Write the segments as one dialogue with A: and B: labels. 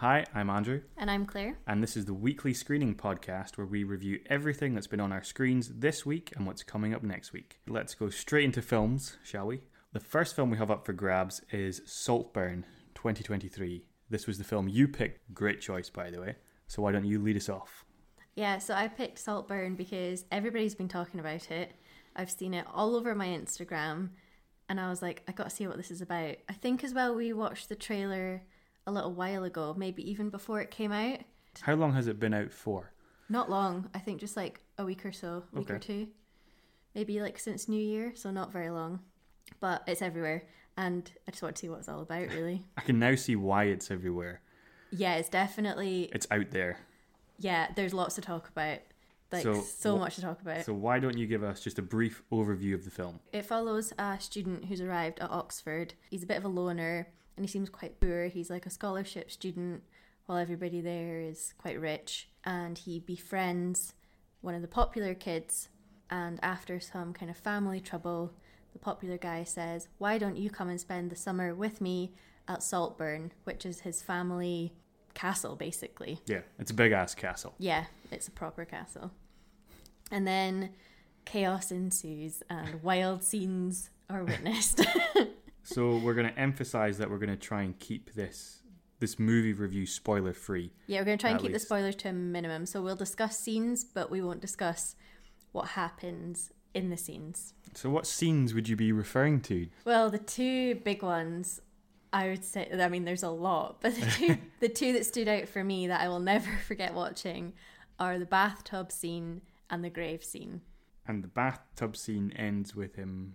A: Hi, I'm Andrew,
B: And I'm Claire.
A: and this is the weekly screening podcast where we review everything that's been on our screens this week and what's coming up next week. Let's go straight into films, shall we? The first film we have up for grabs is Saltburn 2023. This was the film you picked. Great choice, by the way. So why don't you lead us off?
B: Yeah, so I picked Saltburn because everybody's been talking about it. I've seen it all over my Instagram, and I was like, I gotta see what this is about. I think as well we watched the trailer a little while ago, maybe even before it came out.
A: How long has it been out for?
B: Not long, I think just like a week or so, week or
A: Okay.
B: two. Maybe like since New Year, so not very long. But it's everywhere, and I just want to see what it's all about, really.
A: I can now see why it's everywhere.
B: yeah, it's definitely,
A: It's out there.
B: yeah, there's lots to talk about. Like,
A: So
B: so,
A: wha-
B: much to talk about.
A: So why don't you give us just a brief overview of the film?
B: It follows a student who's arrived at Oxford. He's a bit of a loner and he seems quite poor. He's like a scholarship student while everybody there is quite rich. And he befriends one of the popular kids. And after some kind of family trouble, the popular guy says, Why don't you come and spend the summer with me at Saltburn, which is his family castle basically.
A: Yeah, it's a big ass castle.
B: Yeah, it's a proper castle. And then chaos ensues and wild scenes are witnessed.
A: So we're going to emphasize that we're going to try and keep this this movie review spoiler free.
B: yeah, we're going to try and
A: At
B: keep
A: least.
B: the spoilers to a minimum. So we'll discuss scenes, but we won't discuss what happens in the scenes.
A: So what scenes would you be referring to?
B: Well, the two big ones, I would say, I mean, there's a lot, but the two, the two that stood out for me that I will never forget watching are the bathtub scene and the grave scene.
A: And the bathtub scene ends with him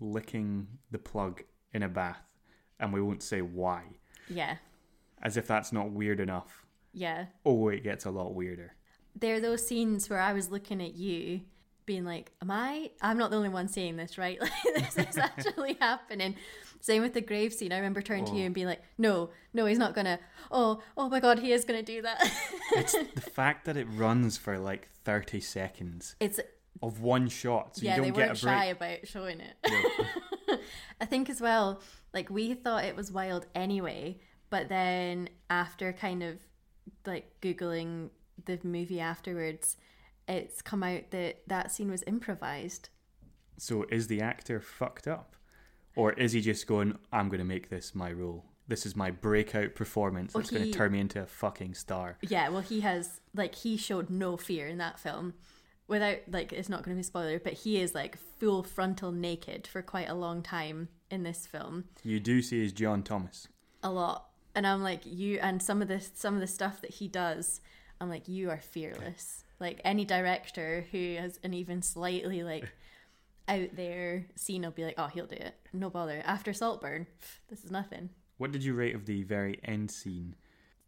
A: licking the plug in a bath, and we won't say why,
B: Yeah,
A: as if that's not weird enough.
B: yeah.
A: Oh, it gets a lot weirder.
B: there are those scenes where I was looking at you, being like, "Am I? I'm not the only one seeing this, right? Like, this is actually happening." Same with the grave scene. I remember turning
A: Oh.
B: to you and being like, "No, no, he's not gonna. Oh, oh my God, he is gonna do that."
A: It's the fact that it runs for like 30 seconds
B: it's
A: of one shot, so
B: yeah,
A: you
B: they
A: don't get
B: weren't
A: a break.
B: shy about showing it. I think as well, like we thought it was wild anyway, but then after kind of like googling the movie afterwards, it's come out that that scene was improvised.
A: So is the actor fucked up? Or is he just going, I'm going to make this my role? This is my breakout performance that's going
B: he-
A: to turn me into a fucking star.
B: Yeah, well, he has like he showed no fear in that film. Without like, it's not going to be a spoiler, but he is like full frontal naked for quite a long time in this film,
A: You do see is John Thomas.
B: a lot. And I'm like, you and some of the some of the stuff that he does, I'm like, you are fearless. Like any director who has an even slightly like out there scene, will be like, oh, he'll do it, no bother. After Saltburn, pff, this is nothing.
A: What did you rate of the very end scene?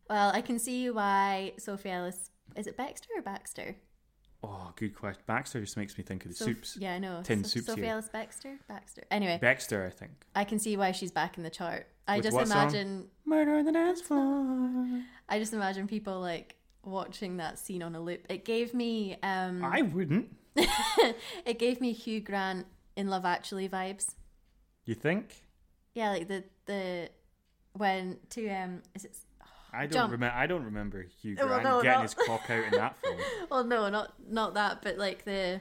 B: Well, I can see why Sophie Ellis is it Baxter or Baxter?
A: Oh, good question. Baxter just makes me think of the
B: Soph-
A: soups.
B: Yeah, I know.
A: Tin
B: Soph-
A: soups
B: Sophie
A: here.
B: Ellis Baxter? Baxter. Anyway,
A: Baxter, I think.
B: I can see why she's back in the chart. I
A: With
B: just
A: what song?
B: imagine
A: Murder on the dance floor.
B: I just imagine people like watching that scene on a loop. It gave me um
A: I wouldn't.
B: it gave me Hugh Grant in Love Actually vibes.
A: You think?
B: Yeah, like the the when to um is it
A: I don't
B: Jump.
A: remember. I don't remember Hugh
B: Well,
A: Grant
B: no,
A: getting
B: no.
A: his cock out in that film.
B: well no, not not that, but like the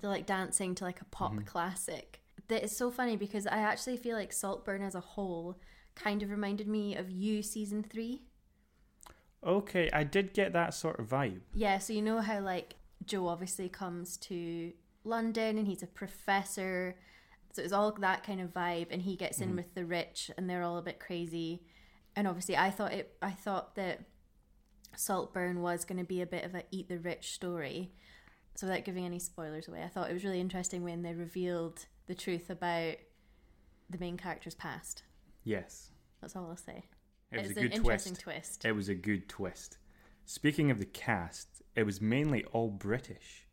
B: the like dancing to like a pop
A: Mm-hmm.
B: classic. That is so funny because I actually feel like Saltburn as a whole kind of reminded me of you season 3.
A: Okay, I did get that sort of vibe.
B: Yeah, so you know how like Joe obviously comes to London and he's a professor. So it's all that kind of vibe and he gets in
A: Mm-hmm.
B: with the rich and they're all a bit crazy. And obviously I thought it I thought that Saltburn was going to be a bit of a eat the rich story. So without giving any spoilers away, I thought it was really interesting when they revealed the truth about the main character's past.
A: Yes,
B: That's all I'll say.
A: it was
B: it's
A: a
B: an
A: good
B: interesting
A: twist.
B: twist.
A: It was a good twist. Speaking of the cast, it was mainly all British,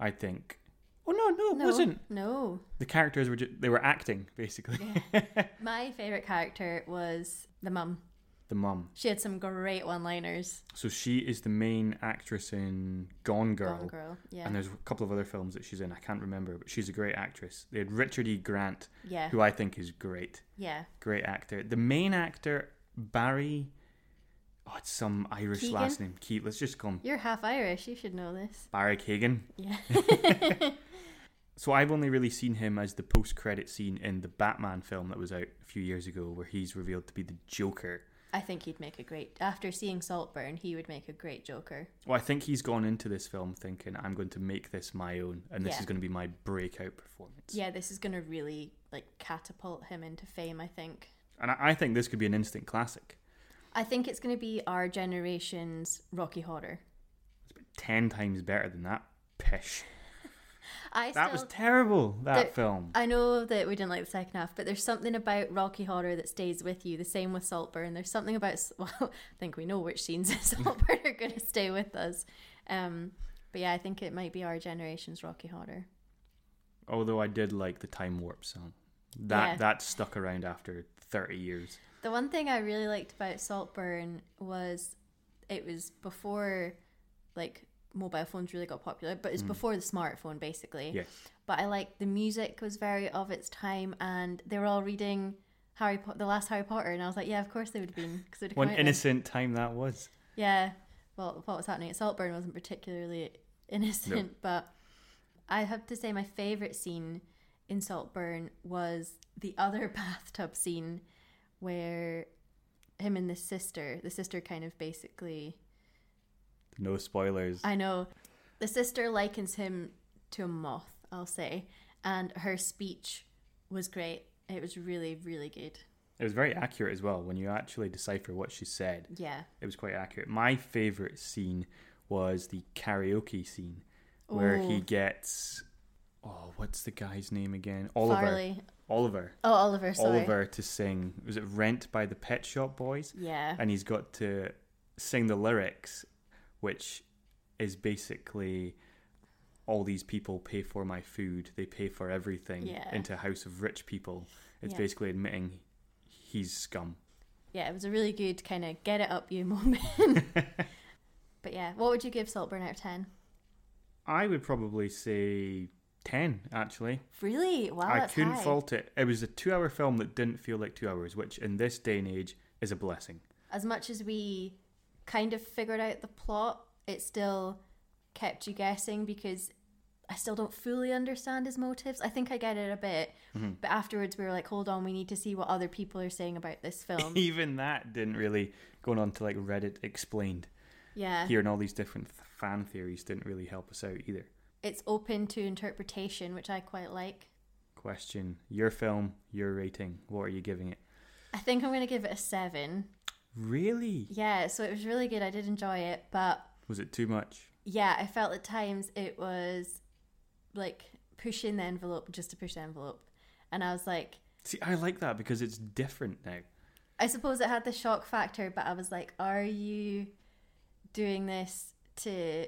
A: I think. Oh no, no, it
B: No,
A: wasn't.
B: No.
A: The characters were just, they were acting basically.
B: My favorite character was the mum.
A: the mum.
B: She had some great one-liners.
A: So she is the main actress in Gone Girl.
B: Gone Girl, yeah,
A: And there's a couple of other films that she's in. I can't remember, but she's a great actress. They had Richard E. Grant,
B: yeah,
A: who I think is great,
B: yeah.
A: great actor. The main actor Barry oh, it's some Irish
B: Keegan?
A: last name. Keith. Let's just call him
B: You're half Irish. You should know this.
A: Barry Kagan.
B: Yeah.
A: So I've only really seen him as the post-credit scene in the Batman film that was out a few years ago, where he's revealed to be the Joker.
B: I think he'd make a great. After seeing Saltburn, he would make a great Joker.
A: Well, I think he's gone into this film thinking I'm going to make this my own, and this
B: Yeah.
A: is going to be my breakout performance.
B: Yeah, this is gonna really like catapult him into fame. I think.
A: And I, I think this could be an instant classic.
B: I think it's gonna be our generation's Rocky Horror.
A: Ten times better than that. Pish.
B: I
A: That
B: still,
A: was terrible. That
B: There-
A: film.
B: I know that we didn't like the second half, but there's something about Rocky Horror that stays with you. The same with Saltburn. There's something about s- well, I think we know which scenes in Saltburn are going to stay with us. Um, but yeah, I think it might be our generation's Rocky Horror.
A: Although I did like the time warp song. That
B: Yeah.
A: that stuck around after 30 years.
B: The one thing I really liked about Saltburn was it was before like mobile phones really got popular, but it's before the smartphone basically.
A: Yes.
B: But I liked the music was very of its time, and they were all reading Harry po- the last Harry Potter, and I was like, yeah, of course they would have been because
A: What an innocent time that was.
B: Yeah. Well, what was happening at Saltburn wasn't particularly innocent, but I have to say my favourite scene in Saltburn was the other bathtub scene where him and the sister, the sister kind of basically,
A: No spoilers.
B: I know, the sister likens him to a moth, I'll say, and her speech was great. It was really, really good.
A: It was very accurate as well. When you actually decipher what she said,
B: Yeah.
A: it was quite accurate. My favorite scene was the karaoke scene where he
B: Ooh.
A: gets oh, what's the guy's name again? Oliver.
B: Farley.
A: Oliver.
B: Oh, Oliver, sorry.
A: Oliver to sing. Was it Rent by the Pet Shop Boys?
B: Yeah.
A: and he's got to sing the lyrics, which is basically all these people pay for my food, they pay for everything
B: Yeah.
A: into a house of rich people. It's
B: Yeah.
A: basically admitting he's scum.
B: yeah, it was a really good kind of get it up you moment. but yeah, what would you give Saltburn out of 10?
A: I would probably say 10, actually.
B: Really? Wow,
A: I
B: Oh, that's
A: couldn't
B: high.
A: fault it. It was a two hour film that didn't feel like two hours, which in this day and age is a blessing.
B: As much as we kind of figured out the plot, it still kept you guessing because I still don't fully understand his motives. I think I get it a bit,
A: Mm-hmm.
B: but afterwards we were like, hold on, we need to see what other people are saying about this film.
A: Even that didn't really, going on to like Reddit explained,
B: yeah.
A: hearing all these different th- fan theories didn't really help us out either.
B: It's open to interpretation, which I quite like.
A: question your film your rating what are you giving it
B: I think I'm going to give it a 7.
A: really
B: Yeah, so it was really good. I did enjoy it, but
A: was it too much
B: yeah, I felt at times it was like pushing the envelope just to push the envelope. And I was like,
A: see i like that because it's different now
B: I suppose it had the shock factor, but I was like, are you doing this to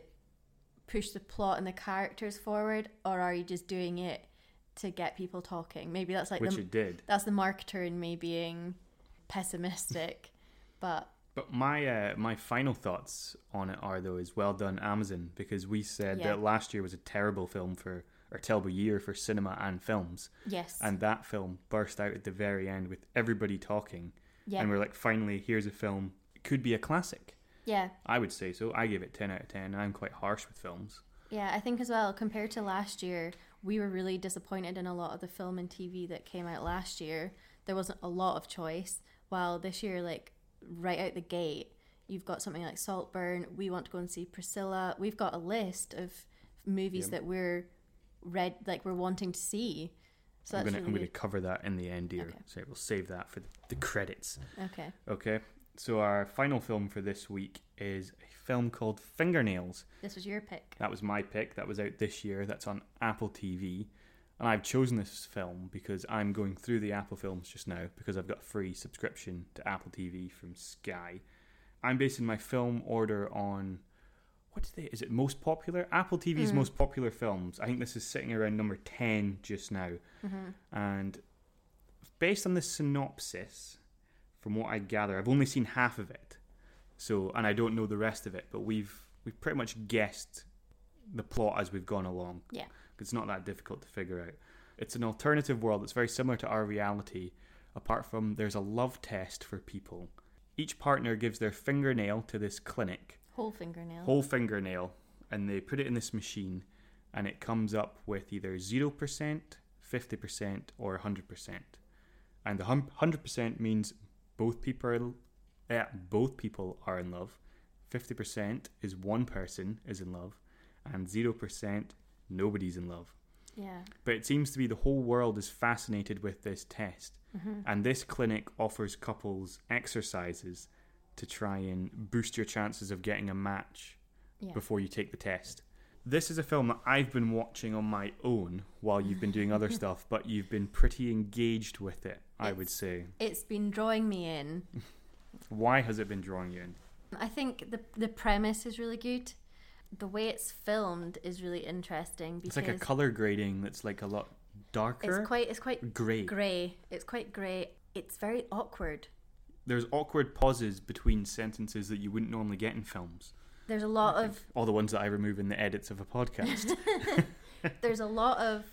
B: push the plot and the characters forward, or are you just doing it to get people talking? Maybe that's like
A: which
B: the,
A: it did
B: that's the marketer in me being pessimistic, but
A: but my uh, my final thoughts on it are though is well done amazon because we said
B: Yeah.
A: that last year was a terrible film for or terrible year for cinema and films
B: yes,
A: and that film burst out at the very end with everybody talking
B: yeah,
A: and we're like finally here's a film it could be a classic
B: yeah.
A: i would say so i give it 10 out of 10 and i'm quite harsh with films
B: Yeah, I think as well, compared to last year, we were really disappointed in a lot of the film and TV that came out last year. There wasn't a lot of choice. While this year, like right out the gate, you've got something like Saltburn, we want to go and see Priscilla. We've got a list of movies that we're read like we're wanting to see. So
A: I'm
B: that's
A: gonna I'm
B: really
A: gonna cover that in the end here.
B: Okay.
A: So we'll save that for the, the credits.
B: good. Okay.
A: Okay. So our final film for this week is a film called Fingernails.
B: This was your pick.
A: That was my pick. That was out this year. That's on Apple TV. And I've chosen this film because I'm going through the Apple films just now because I've got a free subscription to Apple TV from Sky. I'm basing my film order on what's the is it most popular? Apple TV's most popular films. I think this is sitting around number 10 just now. And based on the synopsis, from what I gather, I've only seen half of it. So, and I don't know the rest of it, but we've we've pretty much guessed the plot as we've gone along.
B: Yeah.
A: It's not that difficult to figure out. It's an alternative world that's very similar to our reality, apart from there's a love test for people Each partner gives their fingernail to this clinic,
B: Whole fingernail.
A: whole fingernail, and they put it in this machine, and it comes up with either 0%, 50%, or 100%. And the hun- 100% means both people are, eh, both people are in love. 50% is one person is in love, and 0% nobody's in love
B: yeah.
A: but it seems to be the whole world is fascinated with this test. And this clinic offers couples exercises to try and boost your chances of getting a match
B: Yeah.
A: before you take the test. This is a film that I've been watching on my own while you've been doing other stuff, but you've been pretty engaged with it, I would
B: It's-
A: say.
B: It's been drawing me in.
A: Why has it been drawing you in?
B: I think the the premise is really good. The way it's filmed is really interesting
A: It's
B: because
A: like a color grading that's like a lot darker.
B: it's quite it's quite
A: grey.
B: grey. It's quite grey. It's very awkward.
A: There's awkward pauses between sentences that you wouldn't normally get in films.
B: There's a lot of
A: all the ones that I remove in the edits of a podcast.
B: there's a lot of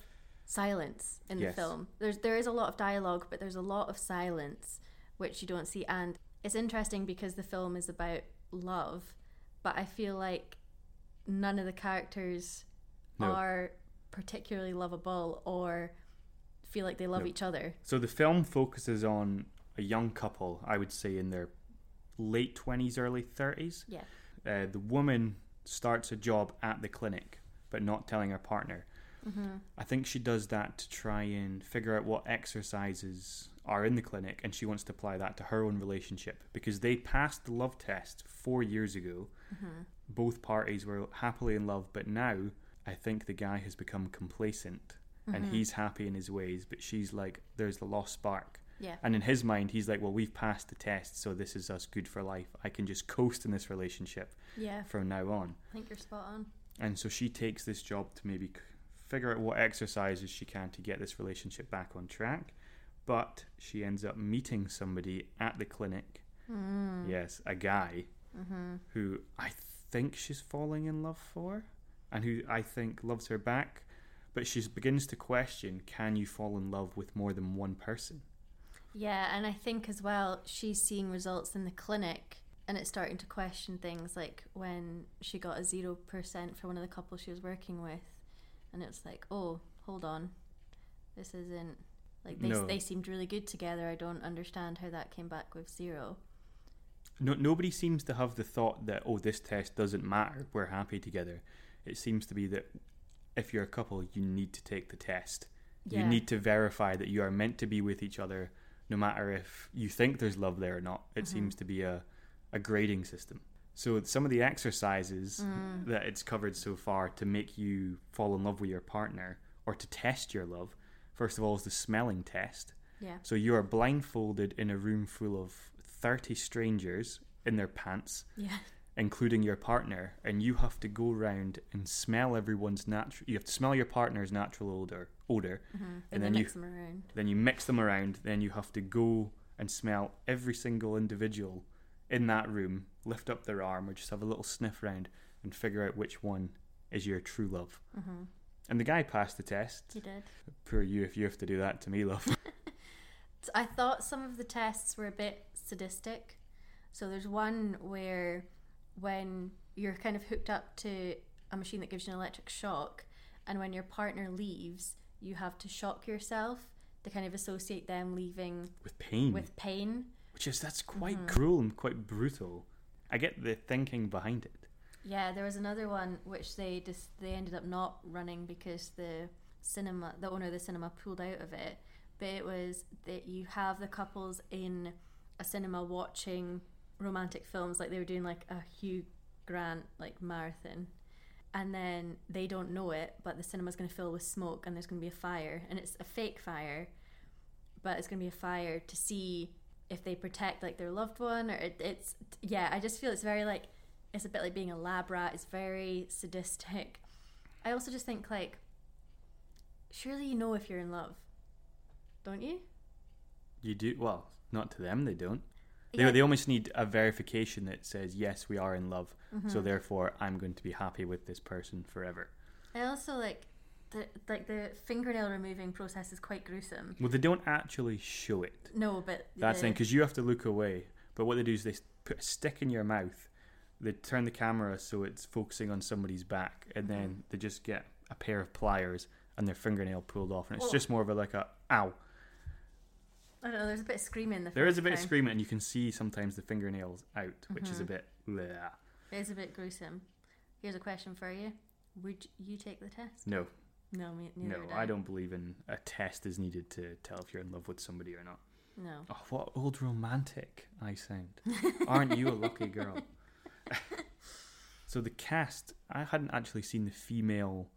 B: silence in
A: Yes.
B: the film. There's there is a lot of dialogue, but there's a lot of silence which you don't see. And it's interesting because the film is about love, but I feel like none of the characters
A: No.
B: are particularly lovable or feel like they love
A: No.
B: each other.
A: so the film focuses on a young couple, I would say in their late 20s, early 30s.
B: Yeah.
A: Uh, the woman starts a job at the clinic, but not telling her partner. I think she does that to try and figure out what exercises are in the clinic, and she wants to apply that to her own relationship because they passed the love test four years ago. Both parties were happily in love, but now I think the guy has become complacent and he's happy in his ways, but she's like, there's the lost spark.
B: Yeah.
A: And in his mind, he's like, well, we've passed the test, so this is us good for life. I can just coast in this relationship
B: Yeah.
A: from now on.
B: I think you're spot on.
A: And so she takes this job to maybe c- figure out what exercises she can to get this relationship back on track. But she ends up meeting somebody at the clinic. Yes, a guy who I think she's falling in love for and who I think loves her back. But she begins to question can you fall in love with more than one person?
B: Yeah, and I think as well, she's seeing results in the clinic and it's starting to question things like when she got a 0% for one of the couples she was working with. And it's like, oh, hold on. This isn't. Like, they,
A: No.
B: they seemed really good together. I don't understand how that came back with zero.
A: No, nobody seems to have the thought that oh, this test doesn't matter. We're happy together. It seems to be that if you're a couple, you need to take the test. You
B: Yeah.
A: need to verify that you are meant to be with each other, no matter if you think there's love there or not. It seems to be a a grading system. So some of the exercises that it's covered so far to make you fall in love with your partner or to test your love, first of all, is the smelling test.
B: Yeah.
A: So you are blindfolded in a room full of 30 strangers in their pants,
B: Yeah.
A: including your partner, and you have to go round and smell everyone's natural. You have to smell your partner's natural odor, odor,
B: Mm-hmm. And,
A: and then
B: they
A: you
B: mix them around.
A: then you mix them around. Then you have to go and smell every single individual in that room, lift up their arm, or just have a little sniff round and figure out which one is your true love.
B: Mm-hmm.
A: And the guy passed the test.
B: You did.
A: Poor you if you have to do that to me, love.
B: So I thought some of the tests were a bit sadistic. So there's one where when you're kind of hooked up to a machine that gives you an electric shock, and when your partner leaves, you have to shock yourself to kind of associate them leaving
A: With pain.
B: with pain.
A: which is that's quite cruel and quite brutal. I get the thinking behind it.
B: Yeah, there was another one which they just they ended up not running because the cinema the owner of the cinema pulled out of it. But it was that you have the couples in a cinema watching romantic films like they were doing like a Hugh Grant like marathon. And then they don't know it, but the cinema's going to fill with smoke and there's going to be a fire and it's a fake fire, but it's going to be a fire to see if they protect like their loved one or it, it's yeah, I just feel it's very like it's a bit like being a lab rat. It's very sadistic. I also just think like, surely you know if you're in love, don't you?
A: You do well, not to them they don't. They
B: Yeah.
A: they almost need a verification that says yes, we are in love. So therefore, I'm going to be happy with this person forever.
B: I also like the like the fingernail removing process is quite gruesome.
A: Well, they don't actually show it.
B: No, but
A: That's
B: the,
A: because you have to look away. But what they do is they put a stick in your mouth, they turn the camera so it's focusing on somebody's back, and then they just get a pair of pliers and their fingernail pulled off, and it's
B: Oh.
A: just more of a like a ow.
B: I don't know. There's a bit of screaming. in The
A: There is
B: first
A: a bit of
B: time.
A: screaming, and you can see sometimes the fingernails out, which
B: Mm-hmm.
A: is a bit. bleh.
B: It is a bit gruesome. Here's a question for you: Would you take the test?
A: No,
B: No, me,
A: no,
B: neither would
A: I don't believe in a test is needed to tell if you're in love with somebody or not.
B: No.
A: Oh, what old romantic I sound. Aren't you a lucky girl? so the cast, I hadn't actually seen the female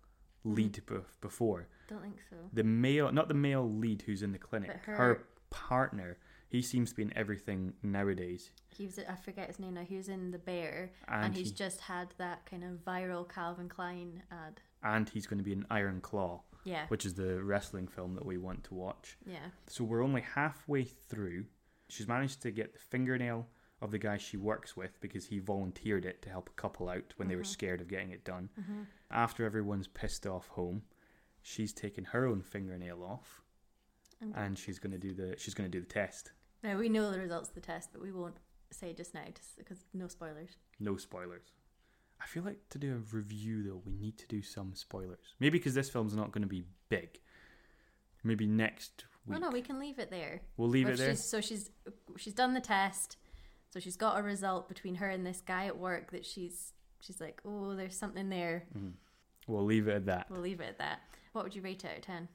B: Mm-hmm.
A: lead bef before.
B: Don't think so.
A: The male, not the male lead who's in the clinic,
B: But
A: her...
B: her-
A: partner. He seems to be in everything nowadays.
B: He was. I forget his name now. He was in the Bear,
A: And
B: and, he's
A: he-
B: just had that kind of viral Calvin Klein uh, ad.
A: And he's going to be in Iron Claw,
B: Yeah.
A: which is the wrestling film that we want to watch.
B: Yeah.
A: So we're only halfway through. She's managed to get the fingernail of the guy she works with because he volunteered it to help a couple out when
B: Mm-hmm.
A: they were scared of getting it done. After everyone's pissed off home, she's taken her own fingernail off,
B: And-
A: and she's gonna do the she's gonna do the test.
B: Now we know the results of the test, but we won't say just now because no spoilers.
A: No spoilers. I feel like to do a review though, we need to do some spoilers. Maybe because this film's not gonna be big. Maybe next
B: No,
A: week
B: Oh, no, we can leave it there.
A: we'll leave
B: Well,
A: it there.
B: She's, so she's she's done the test. So she's got a result between her and this guy at work that she's she's like, oh, there's something there.
A: Mm. We'll leave it at that.
B: We'll leave it at that. What would you rate it out of ten?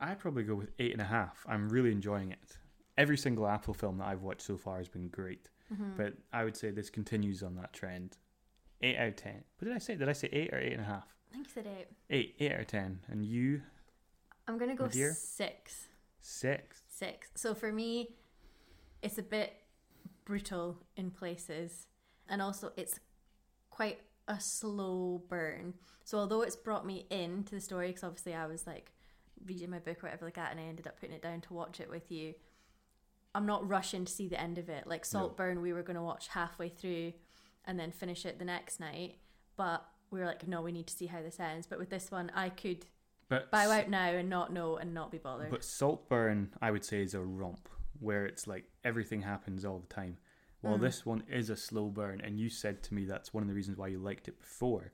A: I'd probably go with eight and a half. I'm really enjoying it. Every single Apple film that I've watched so far has been great, but I would say this continues on that trend. Eight out of ten. What did I say? Did I say eight or eight and a half?
B: I think you said eight.
A: Eight, eight out of ten. And you
B: I'm gonna go
A: My dear?
B: six.
A: six.
B: Six. So for me, it's a bit brutal in places, and also it's quite a slow burn. So although it's brought me into the story, because obviously I was like reading my book or whatever like that, and I ended up putting it down to watch it with you. I'm not rushing to see the end of it. Like Saltburn, we were going to watch halfway through and then finish it the next night, but we were like, no, we need to see how this ends. But with this one, I could
A: But
B: bow out now and not know and not be bothered.
A: but Saltburn, I would say, is a romp where it's like everything happens all the time. While this one is a slow burn, and you said to me that's one of the reasons why you liked it before,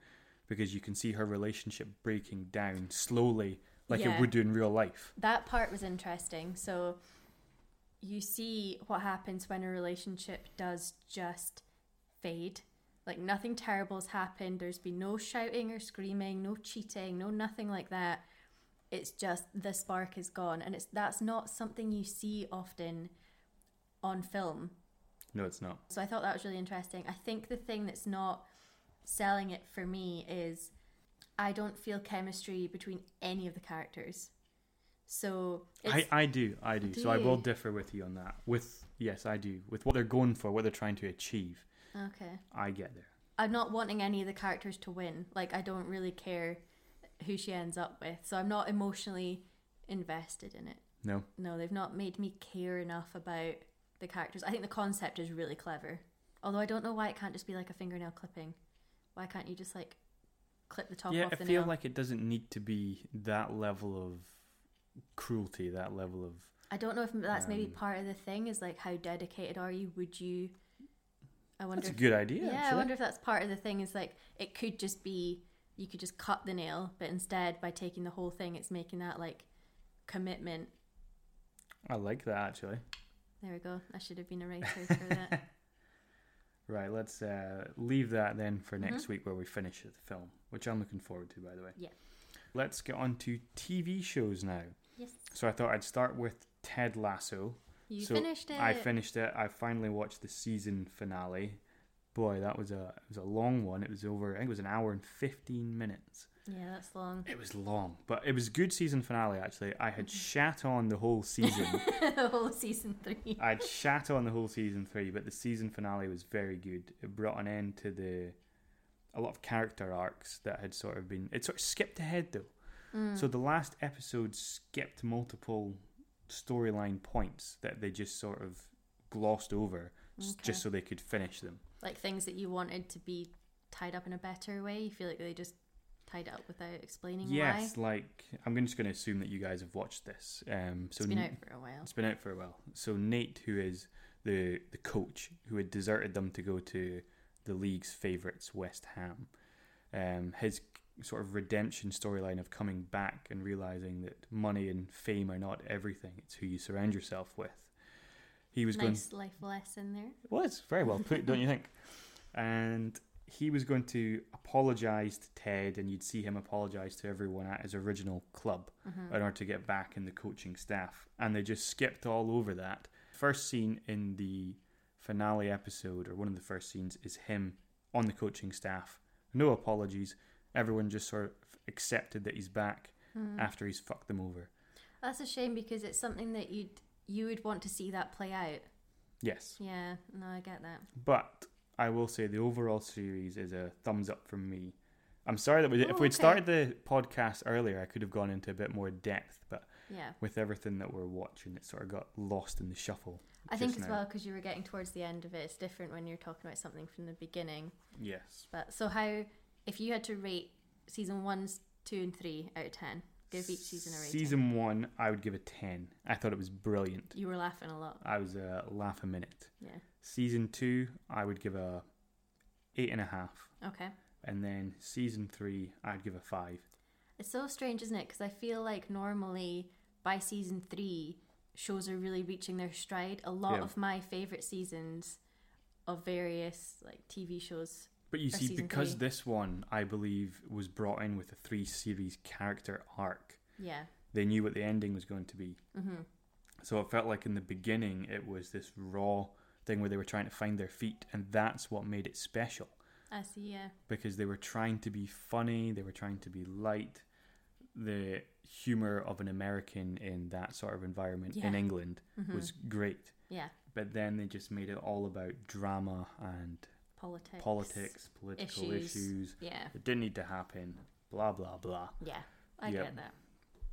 A: because you can see her relationship breaking down slowly, like it
B: Yeah.
A: would do in real life.
B: that part was interesting. So you see what happens when a relationship does just fade. Like nothing terrible's happened. There's been no shouting or screaming, no cheating, no nothing like that. It's just the spark is gone, and it's that's not something you see often on film.
A: No, it's not.
B: So I thought that was really interesting. I think the thing that's not selling it for me is I don't feel chemistry between any of the characters. So it's,
A: I, I do, I do. So I
B: Do
A: will
B: you?
A: differ with you on that. With yes, I do. With what they're going for, what they're trying to achieve,
B: Okay.
A: I get there.
B: I'm not wanting any of the characters to win. Like I don't really care who she ends up with. So I'm not emotionally invested in it.
A: No,
B: No, they've not made me care enough about the characters. I think the concept is really clever. Although I don't know why it can't just be like a fingernail clipping. Why can't you just like clip the top
A: yeah,
B: off
A: I
B: the
A: feel
B: nail?
A: like it doesn't need to be that level of cruelty, that level of
B: I don't know if that's maybe
A: Um,
B: part of the thing is like how dedicated are you? Would you? I wonder.
A: that's a
B: if-
A: good idea.
B: yeah, I
A: actually.
B: wonder if that's part of the thing is like it could just be you could just cut the nail, but instead by taking the whole thing, it's making that like commitment.
A: I like that actually.
B: There we go. I should have been a writer for that.
A: Right, let's uh, leave that then for next week where we finish the film, which I'm looking forward to, by the way.
B: Mm-hmm. Yeah.
A: Let's get on to TV shows now.
B: Yes,
A: So I thought I'd start with Ted Lasso.
B: you
A: So,
B: finished it.
A: I finished it. I finally watched the season finale. Boy, that was a it was a long one. It was over. I think it was an hour and fifteen minutes.
B: yeah, that's long.
A: It was long, but it was good season finale. Actually, I had shat on the whole season.
B: the whole season three.
A: I'd shat on the whole season three, but the season finale was very good. It brought an end to the a lot of character arcs that had sort of been. It sort of skipped ahead though,
B: Mm.
A: so the last episode skipped multiple storyline points that they just sort of glossed over s- just so they could finish them.
B: Like things that you wanted to be tied up in a better way. You feel like they just tied it up without explaining why.
A: Yes, like I'm just going to assume that you guys have watched this. Um, so
B: It's been
A: N-
B: out for a while.
A: It's been out for a while. So Nate, who is the the coach who had deserted them to go to the league's favourites, West Ham. Um, his sort of redemption storyline of coming back and realizing that money and fame are not everything; it's who you surround yourself with. He was going.
B: nice life lesson there.
A: It was very well put, don't you think? And he was going to apologize to Ted, and you'd see him apologize to everyone at his original club in order to get back in the coaching staff. And they just skipped all over that. First scene in the finale episode, or one of the first scenes, is him on the coaching staff. No apologies. Everyone just sort of accepted that he's back after he's fucked them over.
B: That's a shame because it's something that you'd you would want to see that play out.
A: Yes.
B: Yeah, no, I get that.
A: But I will say the overall series is a thumbs up from me. I'm sorry that we did.
B: Oh,
A: if we'd
B: okay.
A: started the podcast earlier, I could have gone into a bit more depth. But
B: Yeah.
A: with everything that we're watching, it sort of got lost in the shuffle.
B: I think
A: just
B: as
A: now.
B: well because you were getting towards the end of it. It's different when you're talking about something from the beginning.
A: Yes.
B: But so how if you had to rate season one, two, and three out of ten, give each season a rating.
A: Season one, I would give a ten. I thought it was brilliant.
B: You were laughing a lot.
A: I was a laugh a minute.
B: Yeah.
A: Season two, I would give a eight and a half,
B: Okay.
A: and then season three, I'd give a five.
B: It's so strange, isn't it? Because I feel like normally by season three, shows are really reaching their stride. A lot
A: Yeah.
B: of my favorite seasons of various like TV shows.
A: But you
B: Or
A: see,
B: season
A: because
B: three.
A: this one, I believe, was brought in with a three series character arc,
B: Yeah.
A: they knew what the ending was going to be.
B: hmm
A: So it felt like in the beginning, it was this raw thing where they were trying to find their feet, and that's what made it special
B: I see. Yeah.
A: because they were trying to be funny, they were trying to be light. The humor of an American in that sort of environment in
B: Yeah. Mm-hmm.
A: England was great.
B: Yeah.
A: But then they just made it all about drama and
B: Politics.
A: politics, political
B: Issues.
A: issues.
B: Yeah.
A: It didn't need to happen. Blah blah blah.
B: Yeah. I
A: Yeah.
B: get that.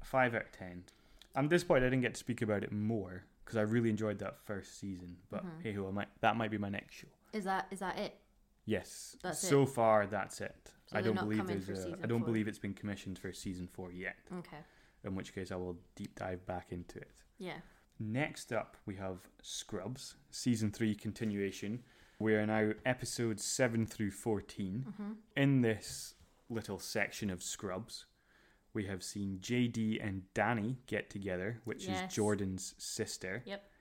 A: Five out of ten. I'm disappointed I didn't get to speak about it more because I really enjoyed that first season. But
B: Mm-hmm.
A: hey ho, I might that might be my next show.
B: Is that is that it?
A: Yes.
B: That's
A: so far, that's it.
B: So
A: I
B: they're
A: don't
B: not
A: believe
B: coming
A: there's
B: for
A: a.
B: season
A: I don't
B: four?
A: believe it's been commissioned for season four yet.
B: Okay.
A: In which case, I will deep dive back into it.
B: Yeah.
A: Next up, we have Scrubs season three continuation. We are now episodes seven through 14
B: Mm-hmm.
A: In this little section of Scrubs, we have seen JD and Danny get together, which
B: Yes.
A: is Jordan's sister.
B: Yep.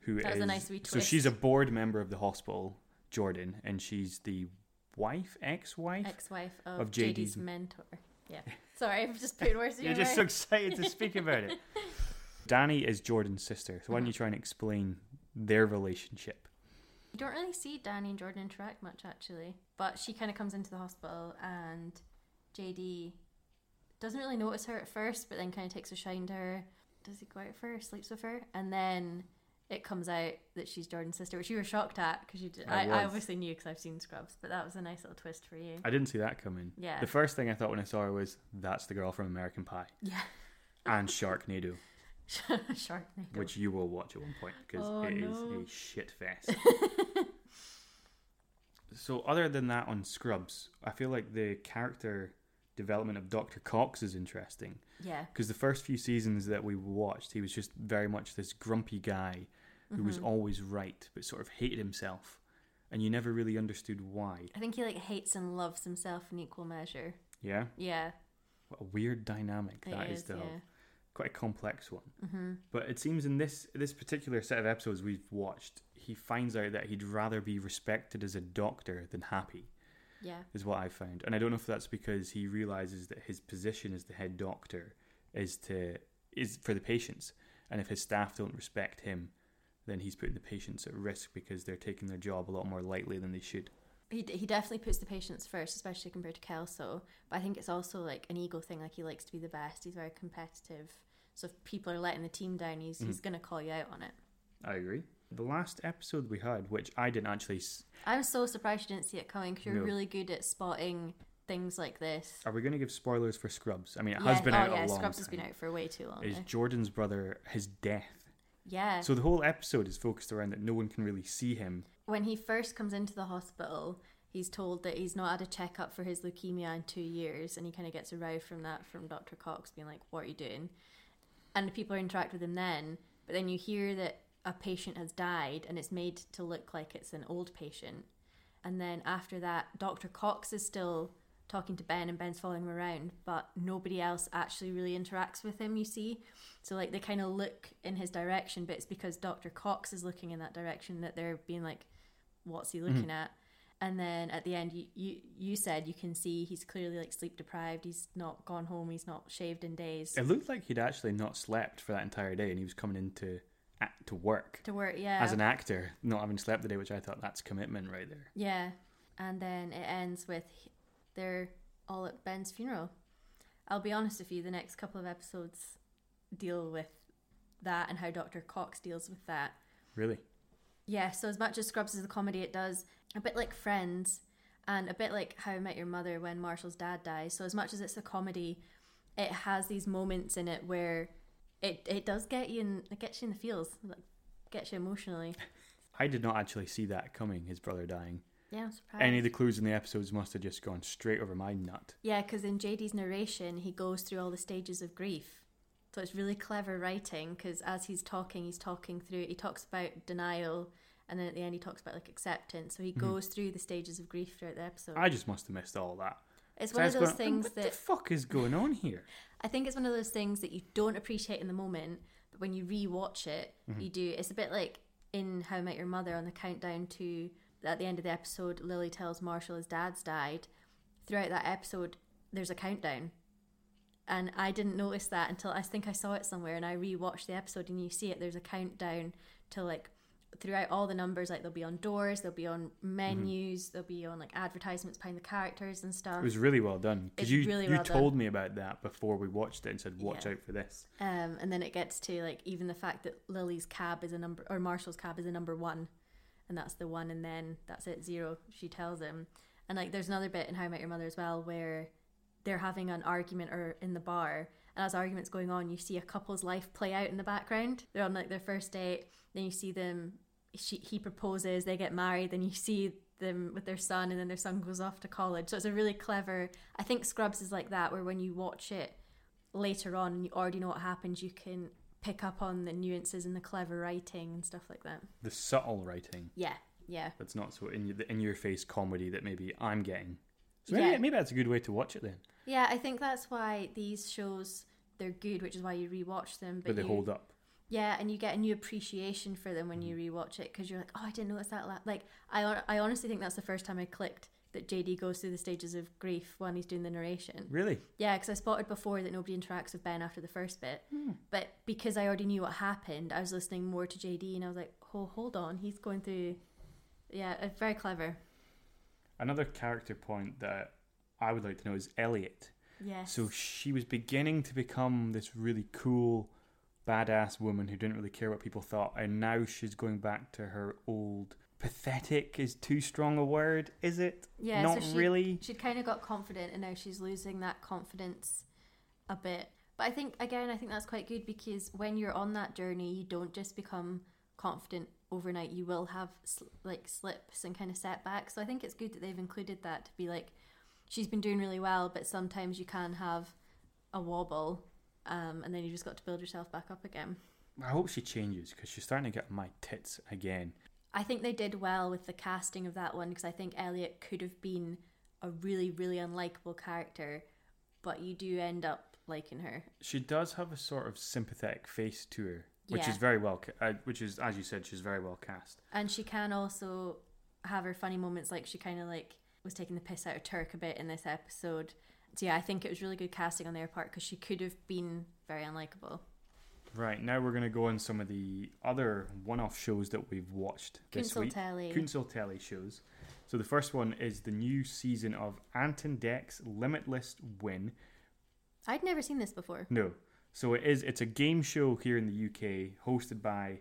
A: Who
B: That was a
A: is-
B: nice wee
A: So
B: twist.
A: she's a board member of the hospital, Jordan, and she's the wife, ex-wife.
B: Ex-wife of,
A: Of JD's
B: JD's mentor. Yeah. Sorry, I've just put words in
A: You're
B: your
A: just so
B: mouth.
A: excited to speak about it. Danny is Jordan's sister, so why
B: Uh-huh.
A: don't you try and explain their relationship?
B: You don't really see Danny and Jordan interact much, actually. But she kind of comes into the hospital, and JD doesn't really notice her at first, but then kind of takes a shine to her. Does he go out for her, sleeps with her? And then it comes out that she's Jordan's sister, which you were shocked at because you did.
A: I
B: I, I,
A: was.
B: obviously knew because I've seen Scrubs, but that was a nice little twist for you.
A: I didn't see that coming.
B: Yeah.
A: The first thing I thought when I saw her was, that's the girl from American Pie
B: Yeah.
A: and Sharknado,
B: Sharknado.
A: which you will watch at one point because
B: Oh,
A: it is
B: no.
A: a shit fest. so, other than that, on Scrubs, I feel like the character development of Dr. Cox is interesting.
B: Yeah.
A: because the first few seasons that we watched, he was just very much this grumpy guy who was
B: Mm-hmm.
A: always right, but sort of hated himself, and you never really understood why.
B: I think he like hates and loves himself in equal measure.
A: Yeah,
B: Yeah,
A: what a weird dynamic
B: it
A: that is,
B: is,
A: though.
B: yeah.
A: Quite a complex one.
B: Mm-hmm.
A: But it seems in this this particular set of episodes we've watched, he finds out that he'd rather be respected as a doctor than happy.
B: Yeah.
A: is what I found. And I don't know if that's because he realizes that his position as the head doctor is to is for the patients, and if his staff don't respect him, then he's putting the patients at risk because they're taking their job a lot more lightly than they should.
B: He, d- he definitely puts the patients first, especially compared to Kelso. But I think it's also like an ego thing. Like he likes to be the best. He's very competitive. So if people are letting the team down, he's
A: Mm.
B: he's gonna call you out on it.
A: I agree. The last episode we had, which I didn't actually, s-
B: I'm so surprised you didn't see it coming because you're
A: No.
B: really good at spotting things like this.
A: are we going to give spoilers for Scrubs? I mean, it
B: Yeah,
A: has been out
B: oh yeah,
A: a long
B: Scrubs
A: time.
B: has been out for way too long.
A: Is
B: now.
A: Jordan's brother his death?
B: Yeah.
A: So the whole episode is focused around that no one can really see him.
B: when he first comes into the hospital, he's told that he's not had a checkup for his leukemia in two years, and he kind of gets a row from that from Dr. Cox being like, "What are you doing?" And the people interact with him then, but then you hear that a patient has died and it's made to look like it's an old patient. And then after that, Dr. Cox is still talking to Ben and Ben's following him around, but nobody else actually really interacts with him, you see. So, like, they kind of look in his direction, but it's because Dr. Cox is looking in that direction that they're being like, what's he looking at? And then at the end, you, you you said you can see he's clearly like sleep deprived. He's not gone home. He's not shaved in days.
A: It looked like he'd actually not slept for that entire day, and he was coming into to work
B: To work, yeah.
A: as an actor, not having slept the day, which I thought that's commitment right there.
B: Yeah, and then it ends with h- they're all at Ben's funeral. I'll be honest with you, the next couple of episodes deal with that and how Dr. Cox deals with that.
A: Really,
B: Yeah, so as much as Scrubs is a comedy, it does a bit like Friends and a bit like How I Met Your Mother when Marshall's dad dies. So as much as it's a comedy, it has these moments in it where it, it does get you in it gets you in the feels, like gets you emotionally.
A: I did not actually see that coming. His brother dying.
B: Yeah, I'm surprised.
A: Any of the clues in the episodes must have just gone straight over my nut.
B: Yeah, because in JD's narration, he goes through all the stages of grief. So it's really clever writing because as he's talking, he's talking through, he talks about denial and then at the end, he talks about like acceptance. So he goes through the stages of grief throughout the episode.
A: Mm-hmm. I just must have missed all that.
B: it's
A: So
B: one
A: I
B: of
A: was
B: those
A: going,
B: things
A: what
B: that
A: the fuck is going on here?
B: I think it's one of those things that you don't appreciate in the moment, but when you rewatch it,
A: Mm-hmm.
B: you do. It's a bit like in How I Met Your Mother on the countdown to at the end of the episode, Lily tells Marshall his dad's died. Throughout that episode, there's a countdown. And I didn't notice that until I think I saw it somewhere and I rewatched the episode and you see it, there's a countdown to like throughout all the numbers, like they'll be on doors, they'll be on
A: Mm-hmm.
B: menus, they'll be on like advertisements behind the characters and stuff.
A: It was really well done
B: It's
A: because you
B: really
A: you
B: well done.
A: told me about that before we watched it and said watch
B: Yeah.
A: out for this.
B: Um, and then it gets to like even the fact that Lily's cab is a number or Marshall's cab is a number one, and that's the one, and then that's it zero. She tells him, and like there's another bit in How I Met Your Mother as well where they're having an argument or in the bar, and as arguments going on, you see a couple's life play out in the background. They're on like their first date, then you see them. She he proposes, they get married, then you see them with their son, and then their son goes off to college. So it's a really clever. I think Scrubs is like that where when you watch it later on and you already know what happens, you can pick up on the nuances and the clever writing and stuff like that.
A: The subtle writing
B: Yeah, yeah.
A: that's not so in the in your face comedy that maybe I'm getting. So maybe,
B: Yeah.
A: maybe that's a good way to watch it then.
B: Yeah, I think that's why these shows they're good, which is why you rewatch them. But,
A: But, they
B: you,
A: hold up.
B: Yeah, and you get a new appreciation for them when you
A: Mm-hmm.
B: rewatch it because you're like, oh, I didn't notice that. La-. Like, I hon- I honestly think that's the first time I clicked that JD goes through the stages of grief when he's doing the narration.
A: Really?
B: Yeah, because I spotted before that nobody interacts with Ben after the first bit, but because I already knew what happened, I was listening more to JD and I was like, "Oh, hold on, he's going through." Yeah, uh, very clever.
A: Another character point that I would like to know is Elliot.
B: Yes.
A: So she was beginning to become this really cool, badass woman who didn't really care what people thought, and now she's going back to her old pathetic is too strong a word, is it?
B: yeah,
A: Not
B: so she,
A: really.
B: She'd kind of got confident, and now she's losing that confidence a bit. But I think again, I think that's quite good because when you're on that journey, you don't just become confident overnight. You will have sl- like slips and kind of setbacks. So I think it's good that they've included that to be like, she's been doing really well, but sometimes you can have a wobble, um, and then you just got to build yourself back up again.
A: I hope she changes because she's starting to get on my tits again.
B: I think they did well with the casting of that one because I think Elliot could have been a really, really unlikable character, but you do end up liking her.
A: She does have a sort of sympathetic face to her, which
B: Yeah.
A: is very well, ca- uh, which is as you said, she's very well cast.
B: And she can also have her funny moments, like she kind of like was taking the piss out of Turk a bit in this episode. So yeah, I think it was really good casting on their part because she could have been very unlikable.
A: Right now, we're going to go on some of the other one-off shows that we've watched this
B: Kunsel
A: week.
B: Telly.
A: Kunsel Telly shows. So the first one is the new season of Anton Deck's Limitless Win.
B: I'd never seen this before.
A: No, so it is. It's a game show here in the UK hosted by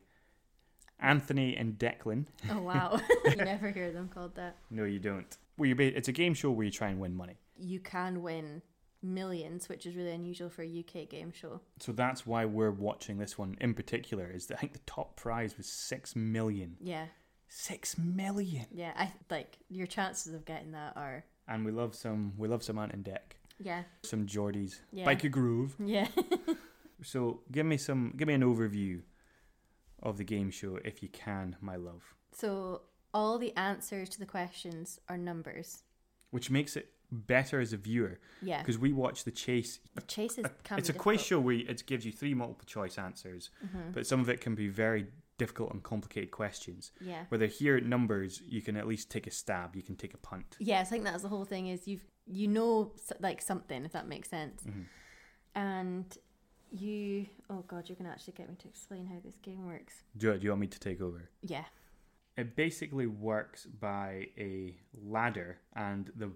A: Anthony and Declan.
B: Oh wow, you never hear them called that.
A: No, you don't. Well, you ba- it's a game show where you try and win money.
B: You can win millions, which is really unusual for a UK game show.
A: So that's why we're watching this one in particular. Is that I think the top prize was six million.
B: Yeah,
A: Six million.
B: Yeah, I th- like your chances of getting that are
A: And we love some. We love some Anton Deck.
B: yeah,
A: Some Geordies.
B: Yeah.
A: Like a groove.
B: yeah.
A: So give me some. Give me an overview of the game show, If You Can, My Love,
B: So all the answers to the questions are numbers.
A: which makes it better as a viewer
B: Yeah.
A: because we watch the chase.
B: The chase is can
A: Uh, it's
B: be
A: a quiz
B: difficult. Mm-hmm.
A: show where it gives you three multiple choice answers, but some of it can be very difficult and complicated questions.
B: Yeah.
A: Whether here at numbers, you can at least take a stab, you can take a punt.
B: Yes, I think that's the whole thing is you've you know s- like something if that makes sense,
A: Mm-hmm.
B: and you oh god you're gonna actually get me to explain how this game works.
A: Do you, do you want me to take over?
B: Yeah,
A: It basically works by a ladder, and the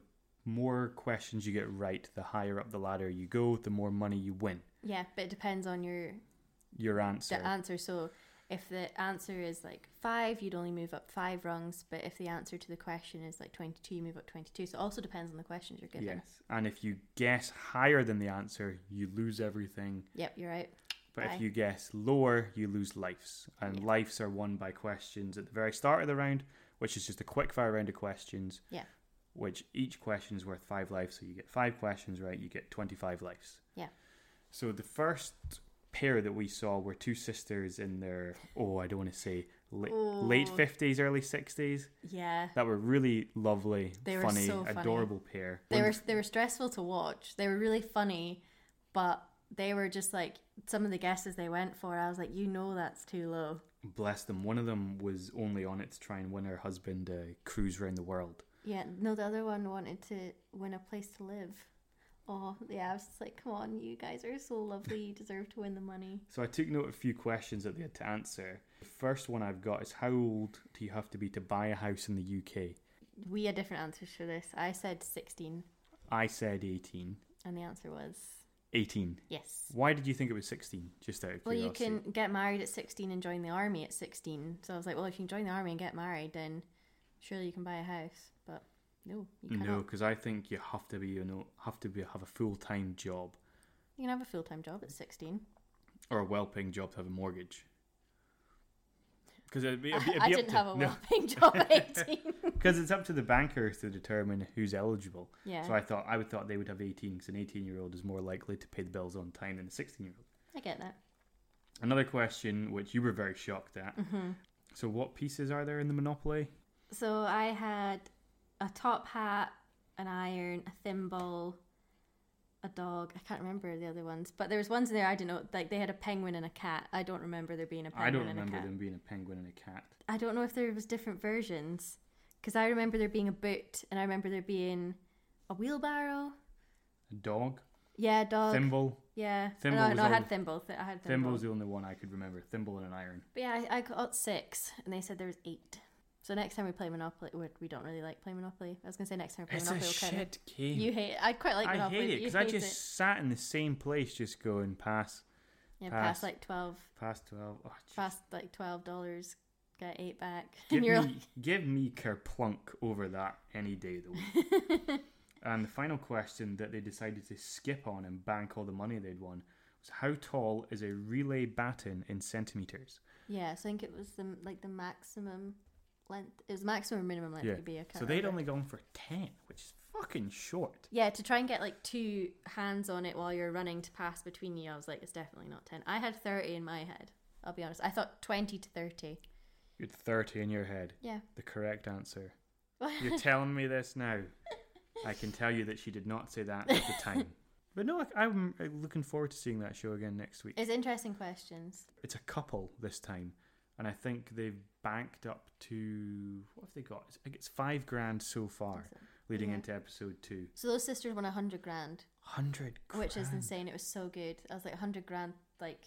A: more questions you get right, the higher up the ladder you go, the more money you win.
B: yeah, but it depends on your
A: Your answer.
B: the answer. So if the answer is like five, you'd only move up five rungs. But if the answer to the question is like twenty two, you move up twenty two. So it also depends on the questions you're given.
A: Yes. And if you guess higher than the answer, you lose everything.
B: Yep, you're right.
A: But
B: Aye.
A: if you guess lower, you lose lives. And lives are won by questions at the very start of the round, which is just a quick fire round of questions,
B: Yeah,
A: which each question is worth five lives. So you get five questions right, you get 25 lives.
B: yeah,
A: So the first pair that we saw were two sisters in their oh I don't want to say la-
B: Oh.
A: late fifties, early sixties
B: yeah.
A: that were really lovely,
B: They were
A: funny,
B: so funny.
A: adorable pair.
B: They were
A: Wouldn't-
B: they were stressful to watch. They were really funny, but they were just like some of the guesses they went for. I was like, you know, that's too low.
A: bless them. One of them was only on it to try and win her husband a cruise around the world.
B: Yeah, no, the other one wanted to win a place to live. Oh, yeah, I was just like, come on, you guys are so lovely. You deserve to win the money.
A: So I took note of a few questions that they had to answer. The first one I've got is how old do you have to be to buy a house in the UK?
B: We had different answers for this. I said 16,
A: I said 18.
B: and the answer was
A: 18.
B: yes.
A: Why did you think it was 16? Just out of
B: Well, you
A: curiosity.
B: can get married at 16 and join the army at 16. So I was like, well, if you can join the army and get married, then surely you can buy a house. But no, you cannot.
A: No, because I think you have to be, you know, have to be have a full time job
B: You can have a full time job at 16.
A: or a well paying job to have a mortgage. Because it'd be, it'd be, it'd
B: I
A: be up
B: didn't
A: to,
B: have a well paying job at 18.
A: Because it's up to the bankers to determine who's eligible.
B: Yeah.
A: So I thought I would thought they would have eighteen, because an eighteen year old is more likely to pay the bills on time than a sixteen year old.
B: I get that.
A: Another question, which you were very shocked at.
B: Mm-hmm.
A: So what pieces are there in the Monopoly?
B: So I had a top hat, an iron, a thimble, a dog. I can't remember the other ones, but there was ones in there I didn't know. Like they had a penguin and a cat. I don't remember there being a penguin
A: I don't
B: and a
A: remember
B: cat.
A: them being a penguin and a cat.
B: I don't know if there was different versions because I remember there being a boot and I remember there being a wheelbarrow.
A: A dog,
B: Yeah, a dog.
A: thimble.
B: Yeah.
A: Thimble
B: no,
A: was
B: no, I
A: all-
B: had thimble. Th- I had thimble.
A: Thimble's the only one I could remember. Thimble and an iron.
B: But yeah, I, I got six, and they said there was eight. So next time we play Monopoly, we, we don't really like playing Monopoly. I was gonna say next time we play
A: It's a
B: Monopoly, we'll kind
A: shit game.
B: of, you hate. It. I quite like
A: I
B: Monopoly.
A: hate it
B: but you
A: because I
B: hate
A: just sat in the same place, just going pass,
B: it. yeah past
A: pass.
B: like twelve,
A: past twelve. Oh, jeez.
B: past like twelve dollars, get eight back,
A: give
B: and you're
A: me, give me kerplunk over that any day of the week.
B: like,
A: and the final question that they decided to skip on and bank all the money they'd won was how tall is a relay baton in centimeters?
B: yeah. So I think it was the like the maximum length. It was maximum or minimum length. Could be. I
A: So
B: can't
A: they'd
B: remember.
A: only gone for ten, which is fucking short.
B: Yeah, to try and get like two hands on it while you're running to pass between you, I was like, it's definitely not ten. I had thirty in my head. I'll be honest. I thought twenty to thirty.
A: You're thirty in your head.
B: Yeah.
A: The correct answer. You're telling me this now. I can tell you that she did not say that at the time. But no, I, I'm uh, looking forward to seeing that show again next week.
B: It's interesting questions.
A: It's a couple this time, and I think they've banked up to what have they got? I think it's five grand so far, leading
B: Yeah.
A: into episode two.
B: So those sisters won a hundred grand,
A: Hundred,
B: which is insane. It was so good. I was like hundred grand, like,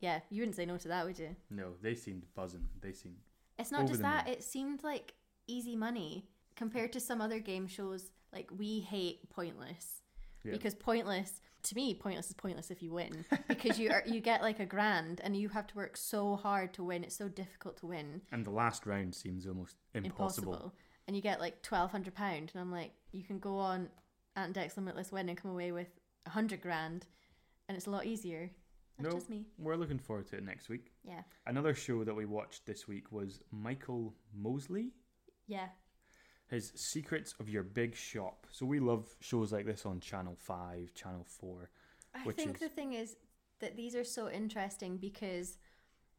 B: yeah, you wouldn't say no to that, would you?
A: No, they seemed buzzing. They seemed
B: It's not
A: Over
B: just
A: the moon.
B: that. It seemed like easy money compared to some other game shows. Like we hate pointless
A: Yeah.
B: because pointless to me, pointless is pointless if you win because you are, you get like a grand and you have to work so hard to win. It's so difficult to win.
A: and the last round seems almost impossible.
B: And you get like twelve hundred pound, and I'm like, you can go on Ant Dex Limitless Win and come away with a hundred grand, and it's a lot easier. That's
A: No,
B: just me.
A: we're looking forward to it next week.
B: Yeah,
A: Another show that we watched this week was Michael Mosley.
B: yeah,
A: his secrets of your big shop. So we love shows like this on Channel Five, Channel Four.
B: I
A: Which
B: think
A: is-
B: the thing is that these are so interesting because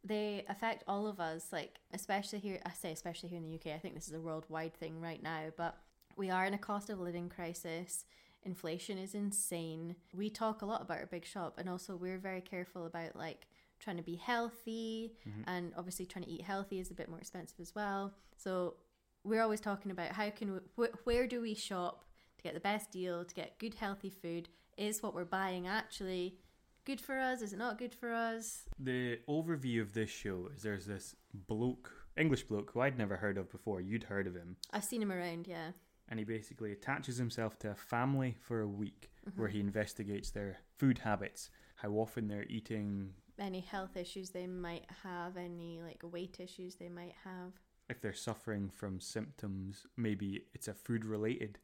B: they affect all of us, like especially here. I say especially here in the UK. I think this is a worldwide thing right now, but we are in a cost of living crisis. Inflation is insane. We talk a lot about our big shop, and also we're very careful about like trying to be healthy,
A: Mm-hmm.
B: and obviously trying to eat healthy is a bit more expensive as well. So we're always talking about how can we, wh- where do we shop to get the best deal, to get good healthy food? Is what we're buying actually good for us? Is it not good for us?
A: The overview of this show is there's this bloke, English bloke, who I'd never heard of before. You'd heard of him.
B: I've seen him around, yeah.
A: and he basically attaches himself to a family for a week where he investigates their food habits, how often they're eating,
B: Any health issues they might have, any like weight issues they might have.
A: if they're suffering from symptoms, maybe it's a food related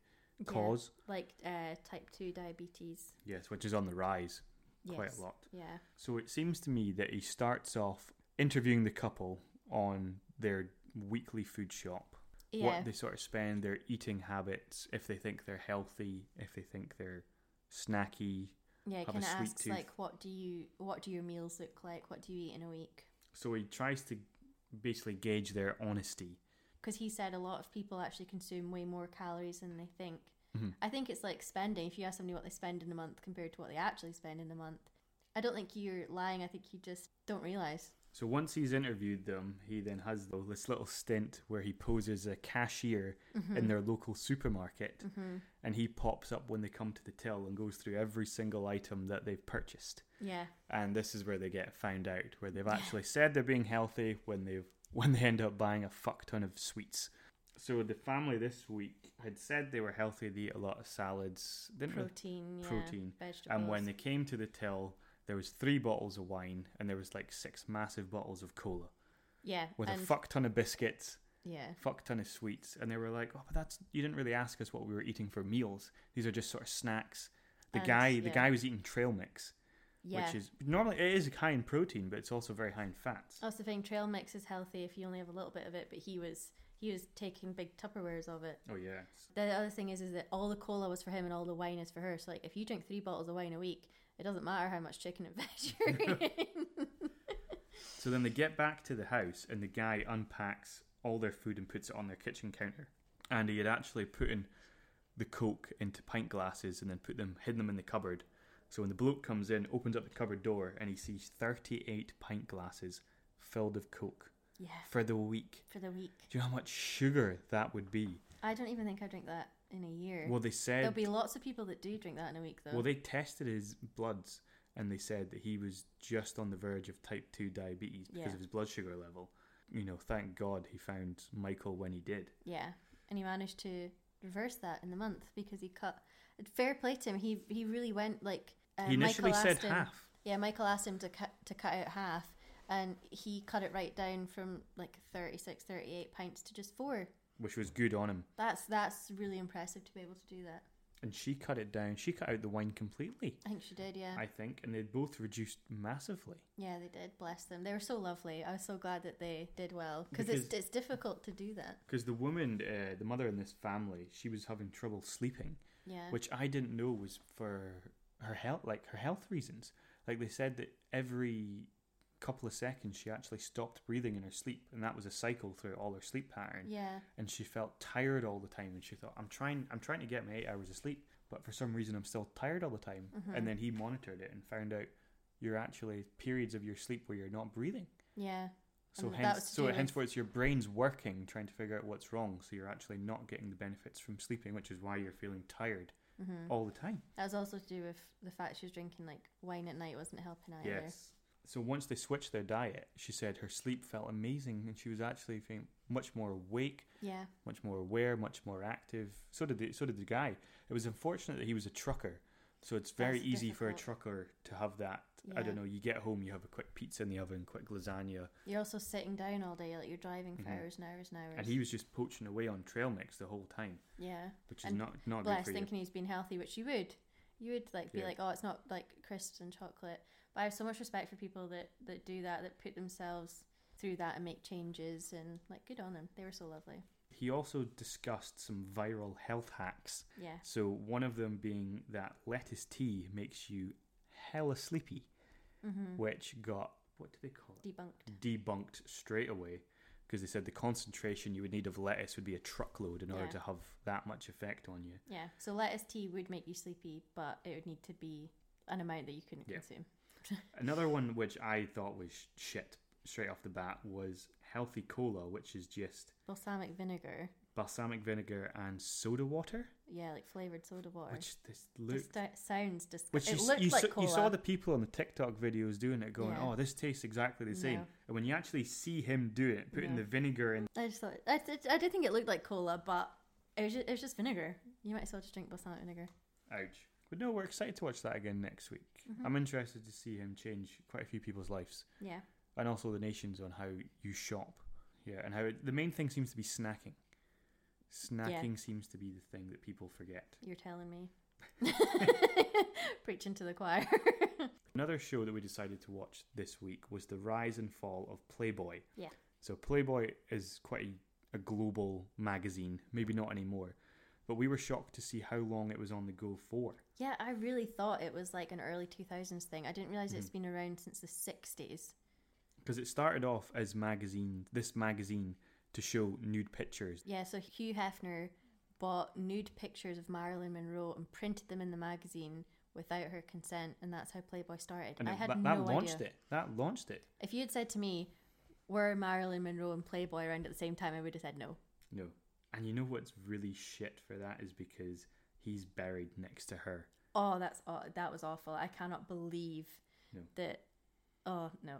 A: cause.
B: Like uh, type 2 diabetes.
A: Yes, which is on the rise quite
B: Yes.
A: a lot.
B: Yeah.
A: So it seems to me that he starts off interviewing the couple on their weekly food shop.
B: Yeah.
A: What they sort of spend, their eating habits, if they think they're healthy, if they think they're snacky,
B: yeah,
A: have a
B: kind of
A: sweet
B: asks
A: tooth.
B: like what do you what do your meals look like? What do you eat in a week?
A: So he tries to basically gauge their honesty.
B: Because he said a lot of people actually consume way more calories than they think.
A: Mm-hmm.
B: I think it's like spending. If you ask somebody what they spend in a month compared to what they actually spend in a month, I don't think you're lying. I think you just don't realize.
A: So once he's interviewed them, he then has th- this little stint where he poses a cashier in their local supermarket and he pops up when they come to the till and goes through every single item that they've purchased.
B: Yeah.
A: And this is where they get found out, where they've actually said they're being healthy when they've when they end up buying a fuck ton of sweets. So the family this week had said they were healthy, they eat a lot of salads, didn't really
B: Protein. Yeah.
A: protein.
B: Vegetables.
A: And when they came to the till, there was three bottles of wine and there was like six massive bottles of cola
B: yeah.
A: with
B: and,
A: a fuck ton of biscuits,
B: Yeah.
A: fuck ton of sweets. And they were like, "Oh, but that's you didn't really ask us what we were eating for meals. These are just sort of snacks." The
B: And,
A: guy, the
B: yeah.
A: guy was eating trail mix,
B: Yeah.
A: which is normally it is high in protein, but it's also very high in fats.
B: That's the thing. Trail mix is healthy if you only have a little bit of it, but he was he was taking big Tupperwares of it.
A: Oh yeah,
B: The other thing is, is that all the cola was for him and all the wine is for her. So like, if you drink three bottles of wine a week, it doesn't matter how much chicken and veg you're eating.
A: So then they get back to the house, and the guy unpacks all their food and puts it on their kitchen counter. And he had actually put in the coke into pint glasses and then put them, hidden them in the cupboard. So when the bloke comes in, opens up the cupboard door, and he sees 38 pint glasses filled with coke
B: yeah,
A: for the week.
B: for the week.
A: Do you know how much sugar that would be?
B: I don't even think I drink that in a year.
A: Well, they
B: There'll
A: said.
B: be lots of people that do drink that in a week, though.
A: well, they tested his bloods, and they said that he was just on the verge of type two diabetes because
B: Yeah.
A: of his blood sugar level. You know, thank God he found Michael when he did.
B: yeah, and he managed to reverse that in the month because he cut. Fair play to him. He he really went like. Uh,
A: He initially
B: Michael
A: said
B: asked him-
A: half.
B: Yeah, Michael asked him to cut to cut out half, and he cut it right down from like 36, 38 pints to just four.
A: which was good on him.
B: That's that's really impressive to be able to do that.
A: And she cut it down. She cut out the wine completely,
B: I think she did, yeah.
A: I think, and they both reduced massively.
B: yeah, they did. Bless them. They were so lovely. I was so glad that they did well because it's
A: Because-
B: it's difficult to do that.
A: Because the woman, uh, the mother in this family, she was having trouble sleeping,
B: Yeah.
A: which I didn't know was for her health, like her health reasons. Like they said that every couple of seconds she actually stopped breathing in her sleep, and that was a cycle through all her sleep pattern.
B: yeah.
A: And she felt tired all the time, and she thought, "I'm trying, I'm trying to get my eight hours of sleep, but for some reason I'm still tired all the time."
B: Mm-hmm.
A: And then he monitored it and found out you're actually periods of your sleep where you're not breathing.
B: Yeah.
A: So
B: And Mm, that
A: hence,
B: was to
A: so
B: do with-
A: henceforth, it's your brain's working trying to figure out what's wrong. So you're actually not getting the benefits from sleeping, which is why you're feeling tired
B: Mm.
A: all the time.
B: mm-hmm. That was also to do with the fact she was drinking like wine at night wasn't helping either.
A: So once they switched their diet, she said her sleep felt amazing, and she was actually feeling much more awake,
B: Yeah.
A: much more aware, much more active. So did the so did the guy. It was unfortunate that he was a trucker, so it's very
B: That's
A: easy for a
B: difficult.
A: trucker to have that. I
B: Yeah.
A: don't know. You get home, you have a quick pizza in the oven, quick lasagna,
B: You're also sitting down all day, like you're driving for hours and hours and hours.
A: Mm-hmm. and he was just poaching away on trail mix the whole time,
B: yeah.
A: which is
B: And
A: not not good
B: Bless
A: for you.
B: thinking he's been healthy, which you would. You would like be
A: Yeah.
B: like, oh, it's not like crisps and chocolate. But I have so much respect for people that that do that, that put themselves through that and make changes, and like, good on them. They were so lovely.
A: He also discussed some viral health hacks.
B: Yeah.
A: So one of them being
B: Mm-hmm.
A: that lettuce tea makes you hella sleepy, which got what do they call it?
B: debunked.
A: Debunked straight away because they said the concentration you would need of lettuce would be a truckload in order
B: Yeah.
A: to have that much effect on you.
B: Yeah. So lettuce tea would make you sleepy, but it would need to be an amount that you couldn't
A: Yeah.
B: consume.
A: Another one which I thought was shit straight off the bat was healthy cola, which is just
B: Balsamic vinegar.
A: balsamic vinegar and soda water,
B: Yeah, like flavored soda water.
A: which this
B: Just
A: looked.
B: sta- sounds disgusting.
A: Which
B: It
A: you, s-
B: looked
A: you,
B: like
A: saw,
B: cola.
A: you saw the people on the TikTok videos doing it, going,
B: Yeah.
A: "Oh, this tastes exactly the same."
B: No.
A: And when you actually see him do it, putting
B: No.
A: the vinegar in,
B: I just thought I, did- I did think it looked like cola, but it was just, it was just vinegar. You might as well just drink balsamic vinegar.
A: ouch! But no, we're excited to watch that again next week.
B: Mm-hmm.
A: I'm interested to see him change quite a few people's lives,
B: Yeah.
A: and also the nations on how you shop, yeah, and how it, the main thing seems to be snacking. Snacking seems to be the thing that people forget.
B: You're telling me. Preaching to the choir.
A: Another show that we decided to watch this week was the rise and fall of Playboy.
B: Yeah.
A: So Playboy is quite a, a global magazine, maybe not anymore, but we were shocked to see how long it was on the go for.
B: Yeah, I really thought it was like an early 2000s thing. I didn't realize
A: Mm.
B: it's been around since the 60s.
A: Because it started off as magazine, this magazine to show nude pictures.
B: Yeah, so Hugh Hefner bought nude pictures of Marilyn Monroe and printed them in the magazine without her consent, and that's how Playboy started.
A: And
B: I
A: it-
B: had
A: that,
B: no
A: that launched
B: idea.
A: it. That launched it.
B: If you had said to me, were Marilyn Monroe and Playboy around at the same time, I would have said no.
A: No. And you know what's really shit for that is because he's buried next to her.
B: Oh, that's aw- that was awful. I cannot believe
A: No.
B: that. Oh no,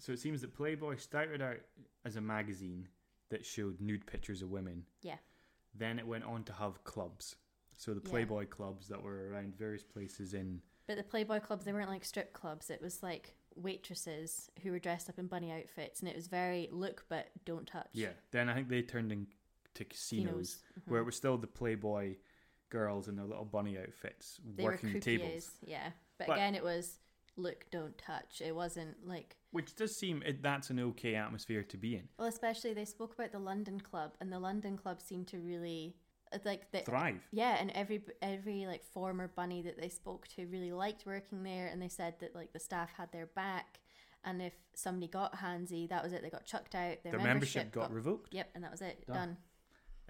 A: So it seems that Playboy started out as a magazine that showed nude pictures of women.
B: yeah,
A: Then it went on to have clubs. So the
B: Yeah.
A: Playboy clubs that were around various places in
B: but the Playboy clubs they weren't like strip clubs. It was like waitresses who were dressed up in bunny outfits, and it was very look but don't touch.
A: yeah. Then I think they turned into casinos,
B: mm-hmm.
A: where it was still the Playboy girls in their little bunny outfits
B: they
A: working the
B: were
A: tables.
B: croupiers. Yeah, but,
A: But-
B: again, it was look don't touch. It wasn't like
A: Which does seem it, that's an okay atmosphere to be in.
B: well, especially they spoke about the London club, and the London club seemed to really it's like the,
A: Thrive.
B: Yeah, and every every like former bunny that they spoke to really liked working there, and they said that like the staff had their back, and if somebody got handsy, that was it. They got chucked out. Their,
A: Their membership, got, revoked.
B: Yep, and that was it.
A: Done.
B: Done.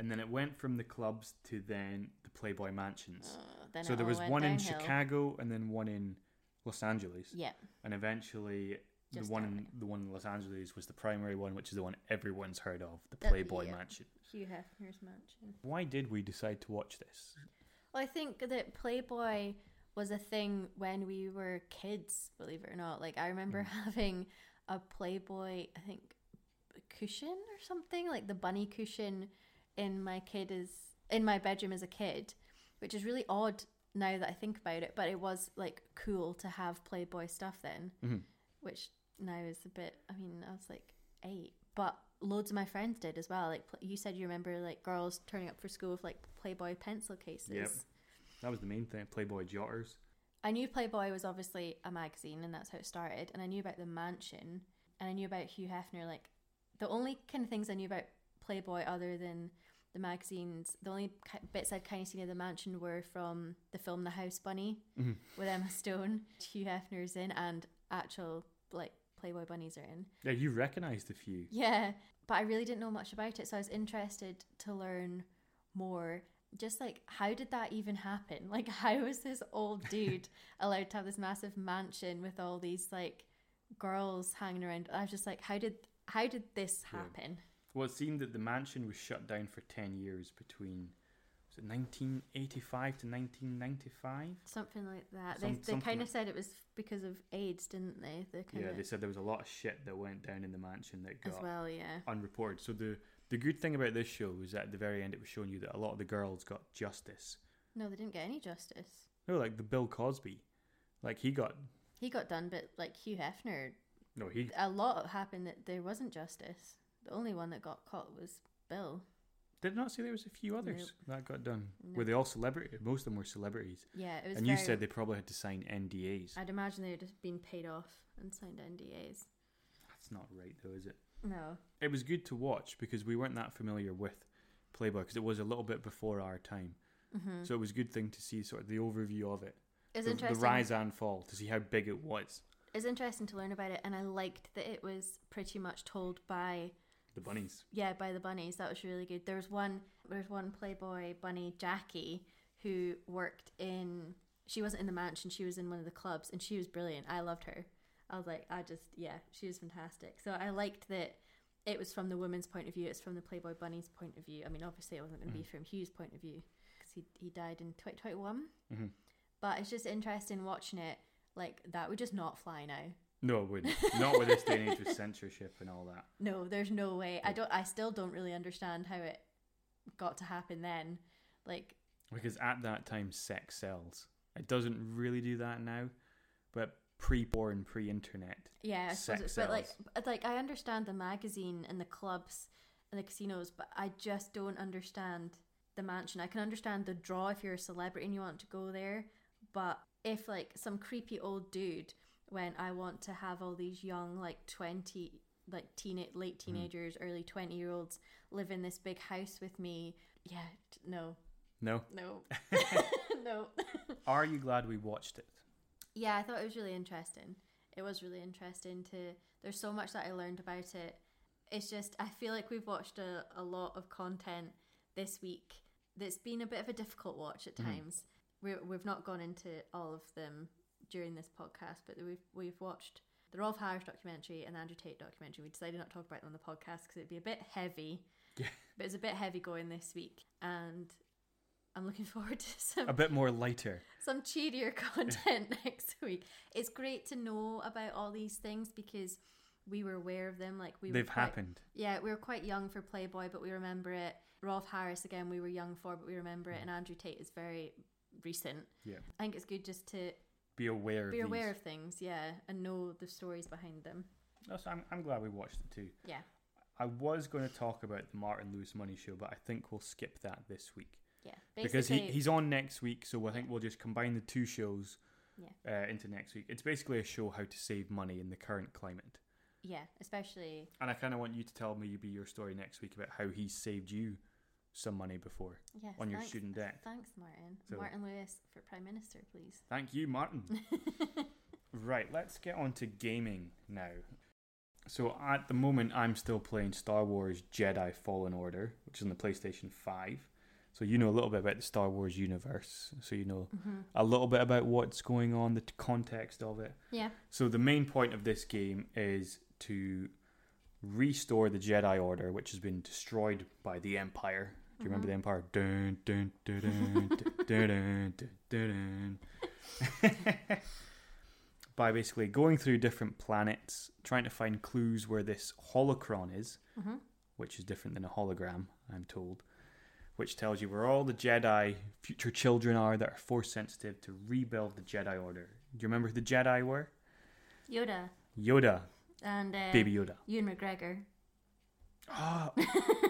A: And then it went from the clubs to then the Playboy mansions.
B: Uh, then
A: so
B: it
A: there
B: all
A: was
B: went
A: one in
B: downhill.
A: Chicago and then one in Los Angeles.
B: Yeah,
A: and eventually
B: Just
A: the one
B: happening.
A: in, the one in Los Angeles was the primary one, which is the one everyone's heard of, the
B: That-
A: Playboy
B: yeah.
A: Mansion.
B: Hugh Hefner's mansion.
A: Why did we decide to watch this?
B: Well, I think that Playboy was a thing when we were kids, believe it or not. Like I remember having a Playboy, I think cushion or something, like the bunny cushion in my kid is in my bedroom as a kid, which is really odd now that I think about it, but it was like cool to have Playboy stuff then, which now is a bit, I mean, I was like 8, but loads of my friends did as well. Like pl- you said you remember like girls turning up for school with like Playboy pencil cases.
A: That was the main thing. Playboy Jotters.
B: I knew Playboy was obviously a magazine, and that's how it started. And I knew about the mansion, and I knew about Hugh Hefner. Like the only kind of things I knew about Playboy, other than the magazines, the only ki- bits I'd kind of seen of the mansion were from the film The House Bunny with Emma Stone. Hugh Hefner's in, and actual like Playboy bunnies are in.
A: Yeah, you recognised a few.
B: Yeah, but I really didn't know much about it, so I was interested to learn more. Just like, how did that even happen? Like, how was this old dude allowed to have this massive mansion with all these like girls hanging around? I was just like, how did how did this happen?
A: Well, it seemed that the mansion was shut down for ten years between was it 1985 to 1995.
B: Something like that.
A: Some-
B: they they
A: something
B: kind of
A: like-
B: said it was because of AIDS, didn't they? They kind
A: Yeah,
B: of
A: they said there was a lot of shit that went down in the mansion that
B: as
A: got
B: well. Yeah,
A: unreported. So the the good thing about this show was that at the very end it was showing you that a lot of the girls got justice.
B: no, they didn't get any justice.
A: No, like the Bill Cosby. Like he got
B: He got done, but like Hugh Hefner,
A: no, he
B: a lot happened that there wasn't justice. The only one that got caught was Bill.
A: did not say there was a few others that got done. Were they all celebrity? Most of them were celebrities.
B: Yeah, it was.
A: And you
B: very-
A: said they probably had to sign NDAs.
B: I'd imagine they would have been paid off and signed NDAs.
A: That's not right though, is it?
B: No.
A: It was good to watch because we weren't that familiar with Playboy because it was a little bit before our time. So it was a good thing to see sort of the overview of it,
B: Mm-hmm. It's
A: the, the
B: interesting.
A: rise and fall, to see how big it was.
B: is interesting to learn about it, and I liked that it was pretty much told by
A: The bunnies.
B: yeah by the bunnies. That was really good. There was one there was one Playboy bunny Jackie who worked in. She wasn't in the mansion. She was in one of the clubs, and she was brilliant. I loved her. I was like, I just yeah, she was fantastic. So I liked that. It was from the woman's point of view. It's from the Playboy Bunny's point of view. I mean, obviously, it wasn't going to be from Hugh's point of view because he he died in twenty twenty one. But it's just interesting watching it. Like that would just not fly now.
A: No, it wouldn't. Not with this day and age with censorship and all that.
B: No, there's no way. I don't. I still don't really understand how it got to happen then. Like,
A: Because at that time, sex sells. It doesn't really do that now, but pre porn, pre internet.
B: yeah, I suppose.
A: Sex
B: It's, but like,
A: sells.
B: but like, I understand the magazine and the clubs and the casinos, but I just don't understand the mansion. I can understand the draw if you're a celebrity and you want to go there, but if like some creepy old dude went, I want to have all these young like twenty like teen
A: Mm-hmm.
B: late teenagers, early twenty year olds live in this big house with me. Yeah, t- no,
A: No.
B: No. no.
A: Are you glad we watched it?
B: Yeah, I thought it was really interesting. It was really interesting to. There's so much that I learned about it. It's just, I feel like we've watched a, a lot of content this week that's been a bit of a difficult watch at
A: Mm-hmm.
B: times. We're, we've not gone into all of them during this podcast, but we've, we've watched the Rolf Harris documentary and the Andrew Tate documentary. We decided not to talk about them on the podcast because it'd be a bit heavy.
A: Yeah.
B: But it's a bit heavy going this week. And I'm looking forward to some
A: A bit more lighter.
B: some cheerier content next week. It's great to know about all these things because we were aware of them. Like we
A: They've
B: were quite-
A: happened.
B: Yeah, we were quite young for Playboy, but we remember it. Rolf Harris again, we were young for, but we remember
A: Mm.
B: it. And Andrew Tate is very recent.
A: Yeah.
B: I think it's good just to
A: Be aware of
B: be
A: these.
B: aware of things, yeah, and know the stories behind them.
A: That's- I'm, I'm glad we watched it too.
B: Yeah,
A: I was going to talk about the Martin Lewis Money Show, but I think we'll skip that this week.
B: yeah.
A: because he,
B: Basically-
A: he's on next week, so I think we'll just combine the two shows
B: Yeah.
A: uh, into next week. It's basically a show how to save money in the current climate.
B: yeah, especially
A: And I kind of want you to tell me be your story next week about how he saved you some money before
B: yes,
A: on your
B: thanks-
A: student debt.
B: Thanks, Martin.
A: So-
B: Martin Lewis for Prime Minister, please.
A: Thank you, Martin. right, let's get on to gaming now. So at the moment, I'm still playing Star Wars Jedi Fallen Order, which is on the PlayStation 5. So you know a little bit about the Star Wars universe. So you know
B: Mm-hmm.
A: a little bit about what's going on, the t- context of it.
B: Yeah,
A: So the main point of this game is to restore the Jedi Order, which has been destroyed by the Empire. Do you remember the Empire? Dun, dun, dun, dun, dun, dun, dun, dun, dun. by basically going through different planets, trying to find clues where this holocron is, which is different than a hologram, I'm told, which tells you where all the Jedi future children are that are force sensitive to rebuild the Jedi Order. Do you remember who the Jedi were?
B: Yoda
A: Yoda,
B: and uh,
A: baby Yoda.
B: Ewan McGregor.
A: Ah,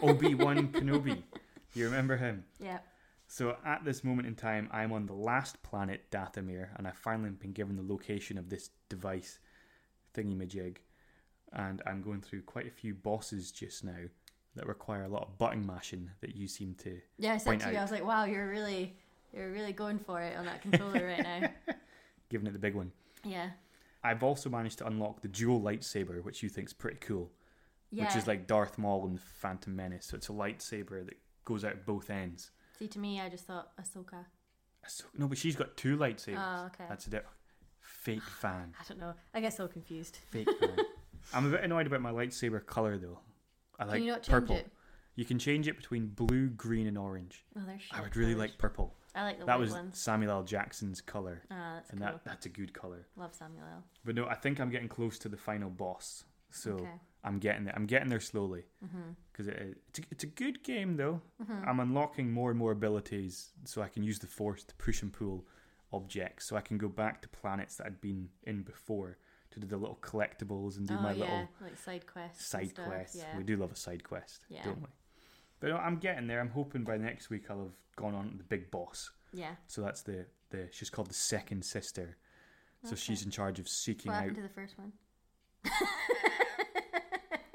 A: Obi Wan Kenobi. You remember him?
B: Yeah.
A: So at this moment in time, I'm on the last planet, Dathomir, and I've finally been given the location of this device thingy majig. And I'm going through quite a few bosses just now that require a lot of button mashing that you seem to.
B: Yeah, I said
A: point
B: to you,
A: out.
B: I was like, wow, you're really you're really going for it on that controller right now.
A: giving it the big one.
B: Yeah.
A: I've also managed to unlock the dual lightsaber, which you think's pretty cool,
B: Yeah.
A: which is like Darth Maul and Phantom Menace. So it's a lightsaber that goes out both ends.
B: See to me I just thought Ahsoka.
A: So, no, but she's got two lightsabers.
B: Oh, okay.
A: That's a di- fake fan.
B: I don't know. I get so confused.
A: Fake fan. I'm a bit annoyed about my lightsaber color though. I like
B: Can you not change
A: purple.
B: it?
A: You can change it between blue, green, and orange.
B: Oh there's
A: I
B: shit
A: would really
B: colours.
A: like purple.
B: I like the
A: that
B: white
A: was
B: ones.
A: Samuel L. Jackson's color,
B: Ah, that's
A: and
B: cool.
A: that that's a good color.
B: Love Samuel L.
A: But no, I think I'm getting close to the final boss, so
B: Okay. Mm-hmm.
A: I'm getting there. I'm getting there slowly because it, it's a, it's a good game though. I'm unlocking more and more abilities, so I can use the force to push and pull objects, so I can go back to planets that I'd been in before to do the little collectibles and do
B: oh
A: my
B: yeah,
A: little
B: like side quests. and
A: side
B: stuff,
A: quests.
B: Yeah.
A: We do love a side quest,
B: Yeah.
A: don't we? But no, I'm getting there. I'm hoping by next week I'll have gone on to the big boss.
B: yeah.
A: So that's the the she's called the second sister. So she's in charge of seeking
B: What
A: out
B: happened to the first one?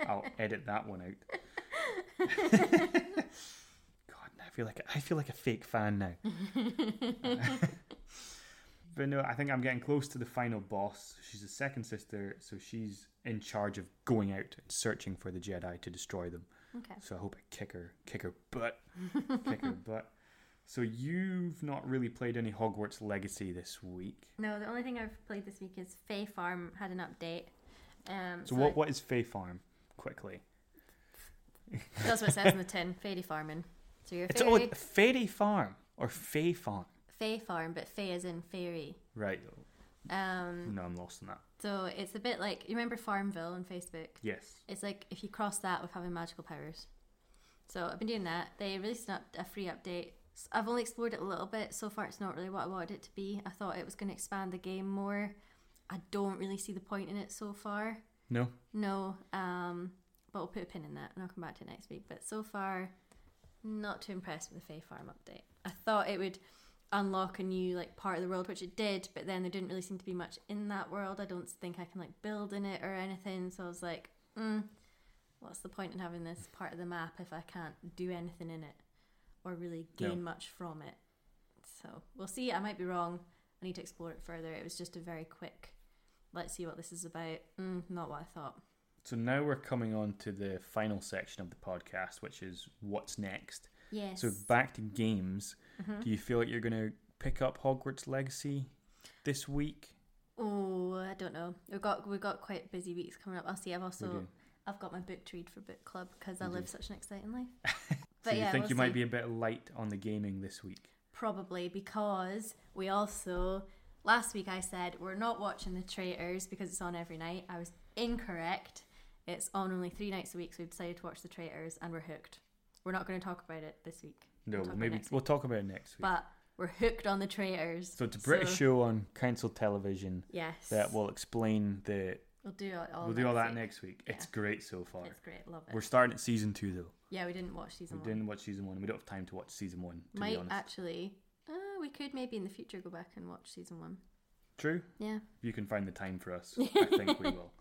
A: I'll edit that one out. God, I feel like I feel like a fake fan now. But no, I think I'm getting close to the final boss. She's the second sister, so she's in charge of going out and searching for the Jedi to destroy them.
B: Okay.
A: So I hope I kick her, kick her butt, kick her butt. So you've not really played any Hogwarts Legacy this week.
B: No, the only thing I've played this week is Fae Farm had an update. Um,
A: So what what is Fae Farm? Quickly,
B: That's what it says in the tin. Fairy farming. So you're a
A: it's
B: fairy.
A: oh, it's Fairy Farm or Fae Farm,
B: Fae farm, but Fae is in fairy.
A: right?
B: Um,
A: No, I'm lost on that.
B: so it's a bit like you remember Farmville on Facebook.
A: Yes.
B: It's like if you cross that with having magical powers. So I've been doing that. They released an up, a free update. S- I've only explored it a little bit so far. It's not really what I wanted it to be. I thought it was going to expand the game more. I don't really see the point in it so far.
A: No.
B: No, um, but we'll put a pin in that and I'll come back to it next week. But so far, not too impressed with the Fae Farm update. I thought it would unlock a new like part of the world, which it did, but then there didn't really seem to be much in that world. I don't think I can like build in it or anything. So I was like, mm, what's the point in having this part of the map if I can't do anything in it or really gain
A: No.
B: much from it? So we'll see. I might be wrong. I need to explore it further. It was just a very quick. Let's see what this is about. Mm, not what I thought.
A: So now we're coming on to the final section of the podcast, which is what's next.
B: Yes. Mm-hmm.
A: So back to games. Do you feel like you're going to pick up Hogwarts Legacy this week?
B: oh, I don't know. We've got we've got quite busy weeks coming up. I'll see. I've also
A: do.
B: I've got my book to read for book club because I
A: You do.
B: live such an exciting life.
A: So you think
B: we'll
A: you might
B: see.
A: be a bit light on the gaming this week?
B: probably because we also last week I said we're not watching the traitors because it's on every night. I was incorrect. It's on only three nights a week, so we've decided to watch the traitors and we're hooked. We're not going to talk about it this week.
A: No,
B: talk about
A: maybe
B: next
A: we'll talk about it next week.
B: But we're hooked on the traitors.
A: so it's a British show on council television
B: Yes.
A: that will explain the.
B: We'll do it all.
A: we'll do all that
B: week.
A: next week. It's
B: Yeah.
A: great so far.
B: It's great. Love it.
A: We're starting at season two though.
B: yeah, we didn't watch season
A: we
B: one.
A: didn't watch season one. We don't have time to watch season one. To be
B: Might
A: honest,
B: actually. Uh, we could maybe in the future go back and watch season one.
A: true.
B: Yeah.
A: If you can find the time for us, I think we will.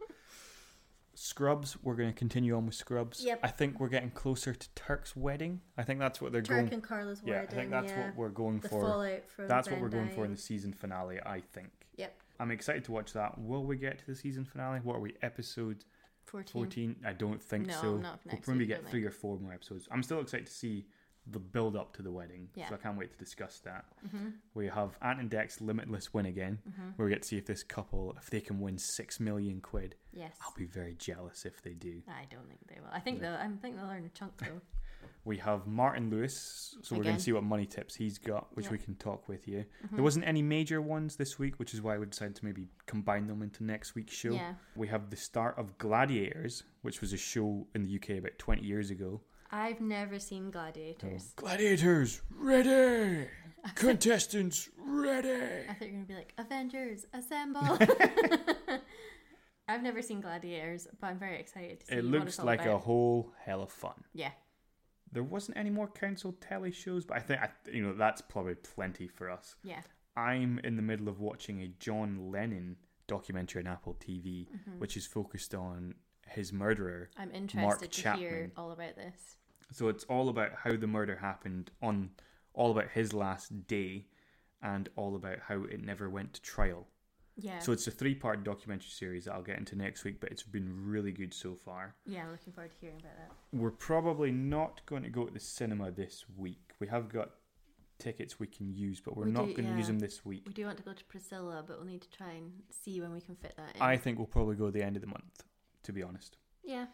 A: Scrubs, we're going to continue on with Scrubs.
B: Yep.
A: I think we're getting closer to Turk's wedding. I think that's what they're
B: Turk
A: going.
B: and Carla's
A: Yeah, I
B: wedding.
A: think that's
B: yeah.
A: what we're going
B: the
A: for.
B: fallout from.
A: That's
B: Van
A: what we're going for in
B: Dyke.
A: the season finale. I think.
B: Yep.
A: I'm excited to watch that. Will we get to the season finale? What are we? Episode
B: 14.
A: 14? I don't think
B: No,
A: so.
B: not for
A: we'll
B: next
A: probably
B: week,
A: get
B: don't
A: three or four more episodes. I'm still excited to see the build up to the wedding.
B: Yeah. Mm-hmm.
A: So I can't wait to discuss that. We have Ant and Dex Limitless Win again, where we get to see if this couple, if they can win six million quid.
B: Yes.
A: I'll be very jealous if they do.
B: I don't think they will. I think they'll. I think they'll earn a chunk though.
A: We have Martin Lewis, so we're going
B: Again.
A: to see what money tips he's got, which
B: Yeah. Mm-hmm.
A: we can talk with you. There wasn't any major ones this week, which is why we decided to maybe combine them into next week's show.
B: Yeah.
A: We have the start of Gladiators, which was a show in the UK about 20 years ago.
B: I've never seen Gladiators.
A: Gladiators ready, contestants ready.
B: I thought you were gonna be like Avengers Assemble. I've never seen Gladiators, but I'm very excited to see.
A: It
B: what
A: looks
B: it's all
A: like a
B: about.
A: whole hell of fun.
B: Yeah.
A: There wasn't any more council telly shows, but I think I, you know that's probably plenty for us.
B: Yeah.
A: I'm in the middle of watching a John Lennon documentary on Apple TV,
B: Mm-hmm.
A: which is focused on his murderer.
B: I'm interested to hear
A: Chapman.
B: all about this.
A: So it's all about how the murder happened, on all about his last day, and all about how it never went to trial.
B: Yeah.
A: So it's a three-part documentary series that I'll get into next week, but it's been really good so far.
B: yeah. Looking forward to hearing about that.
A: We're probably not going to go to the cinema this week. We have got tickets we can use, but we're
B: We
A: not
B: do,
A: going to use
B: yeah.
A: them this week.
B: We do want to go to Priscilla, but we'll need to try and see when we can fit that in.
A: I think we'll probably go the end of the month, to be honest.
B: yeah.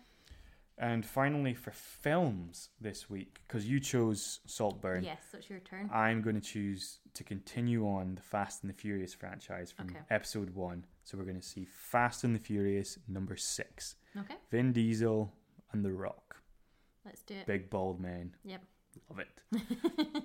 A: And finally, for films this week, because you chose Saltburn,
B: Yes, so it's your turn.
A: I'm going to choose to continue on the Fast and the Furious franchise from
B: Okay.
A: episode one. So we're going to see Fast and the Furious number six
B: okay,
A: Vin Diesel and The Rock.
B: let's do it.
A: Big bald man.
B: Yep.
A: Love it.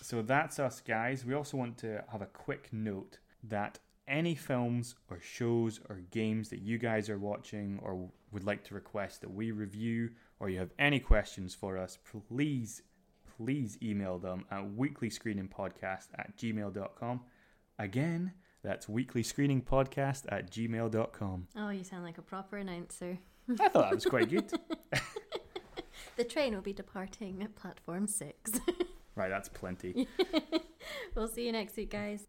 A: so that's us, guys. We also want to have a quick note that any films or shows or games that you guys are watching or would like to request that we review or you have any questions for us, please, please email them at weeklyscreeningpodcast at gmail.com. Again, that's weeklyscreeningpodcast at gmail.com.
B: Oh, you sound like a proper announcer.
A: I thought that was quite good.
B: The train will be departing at platform six.
A: Right, that's plenty.
B: we'll see you next week, guys.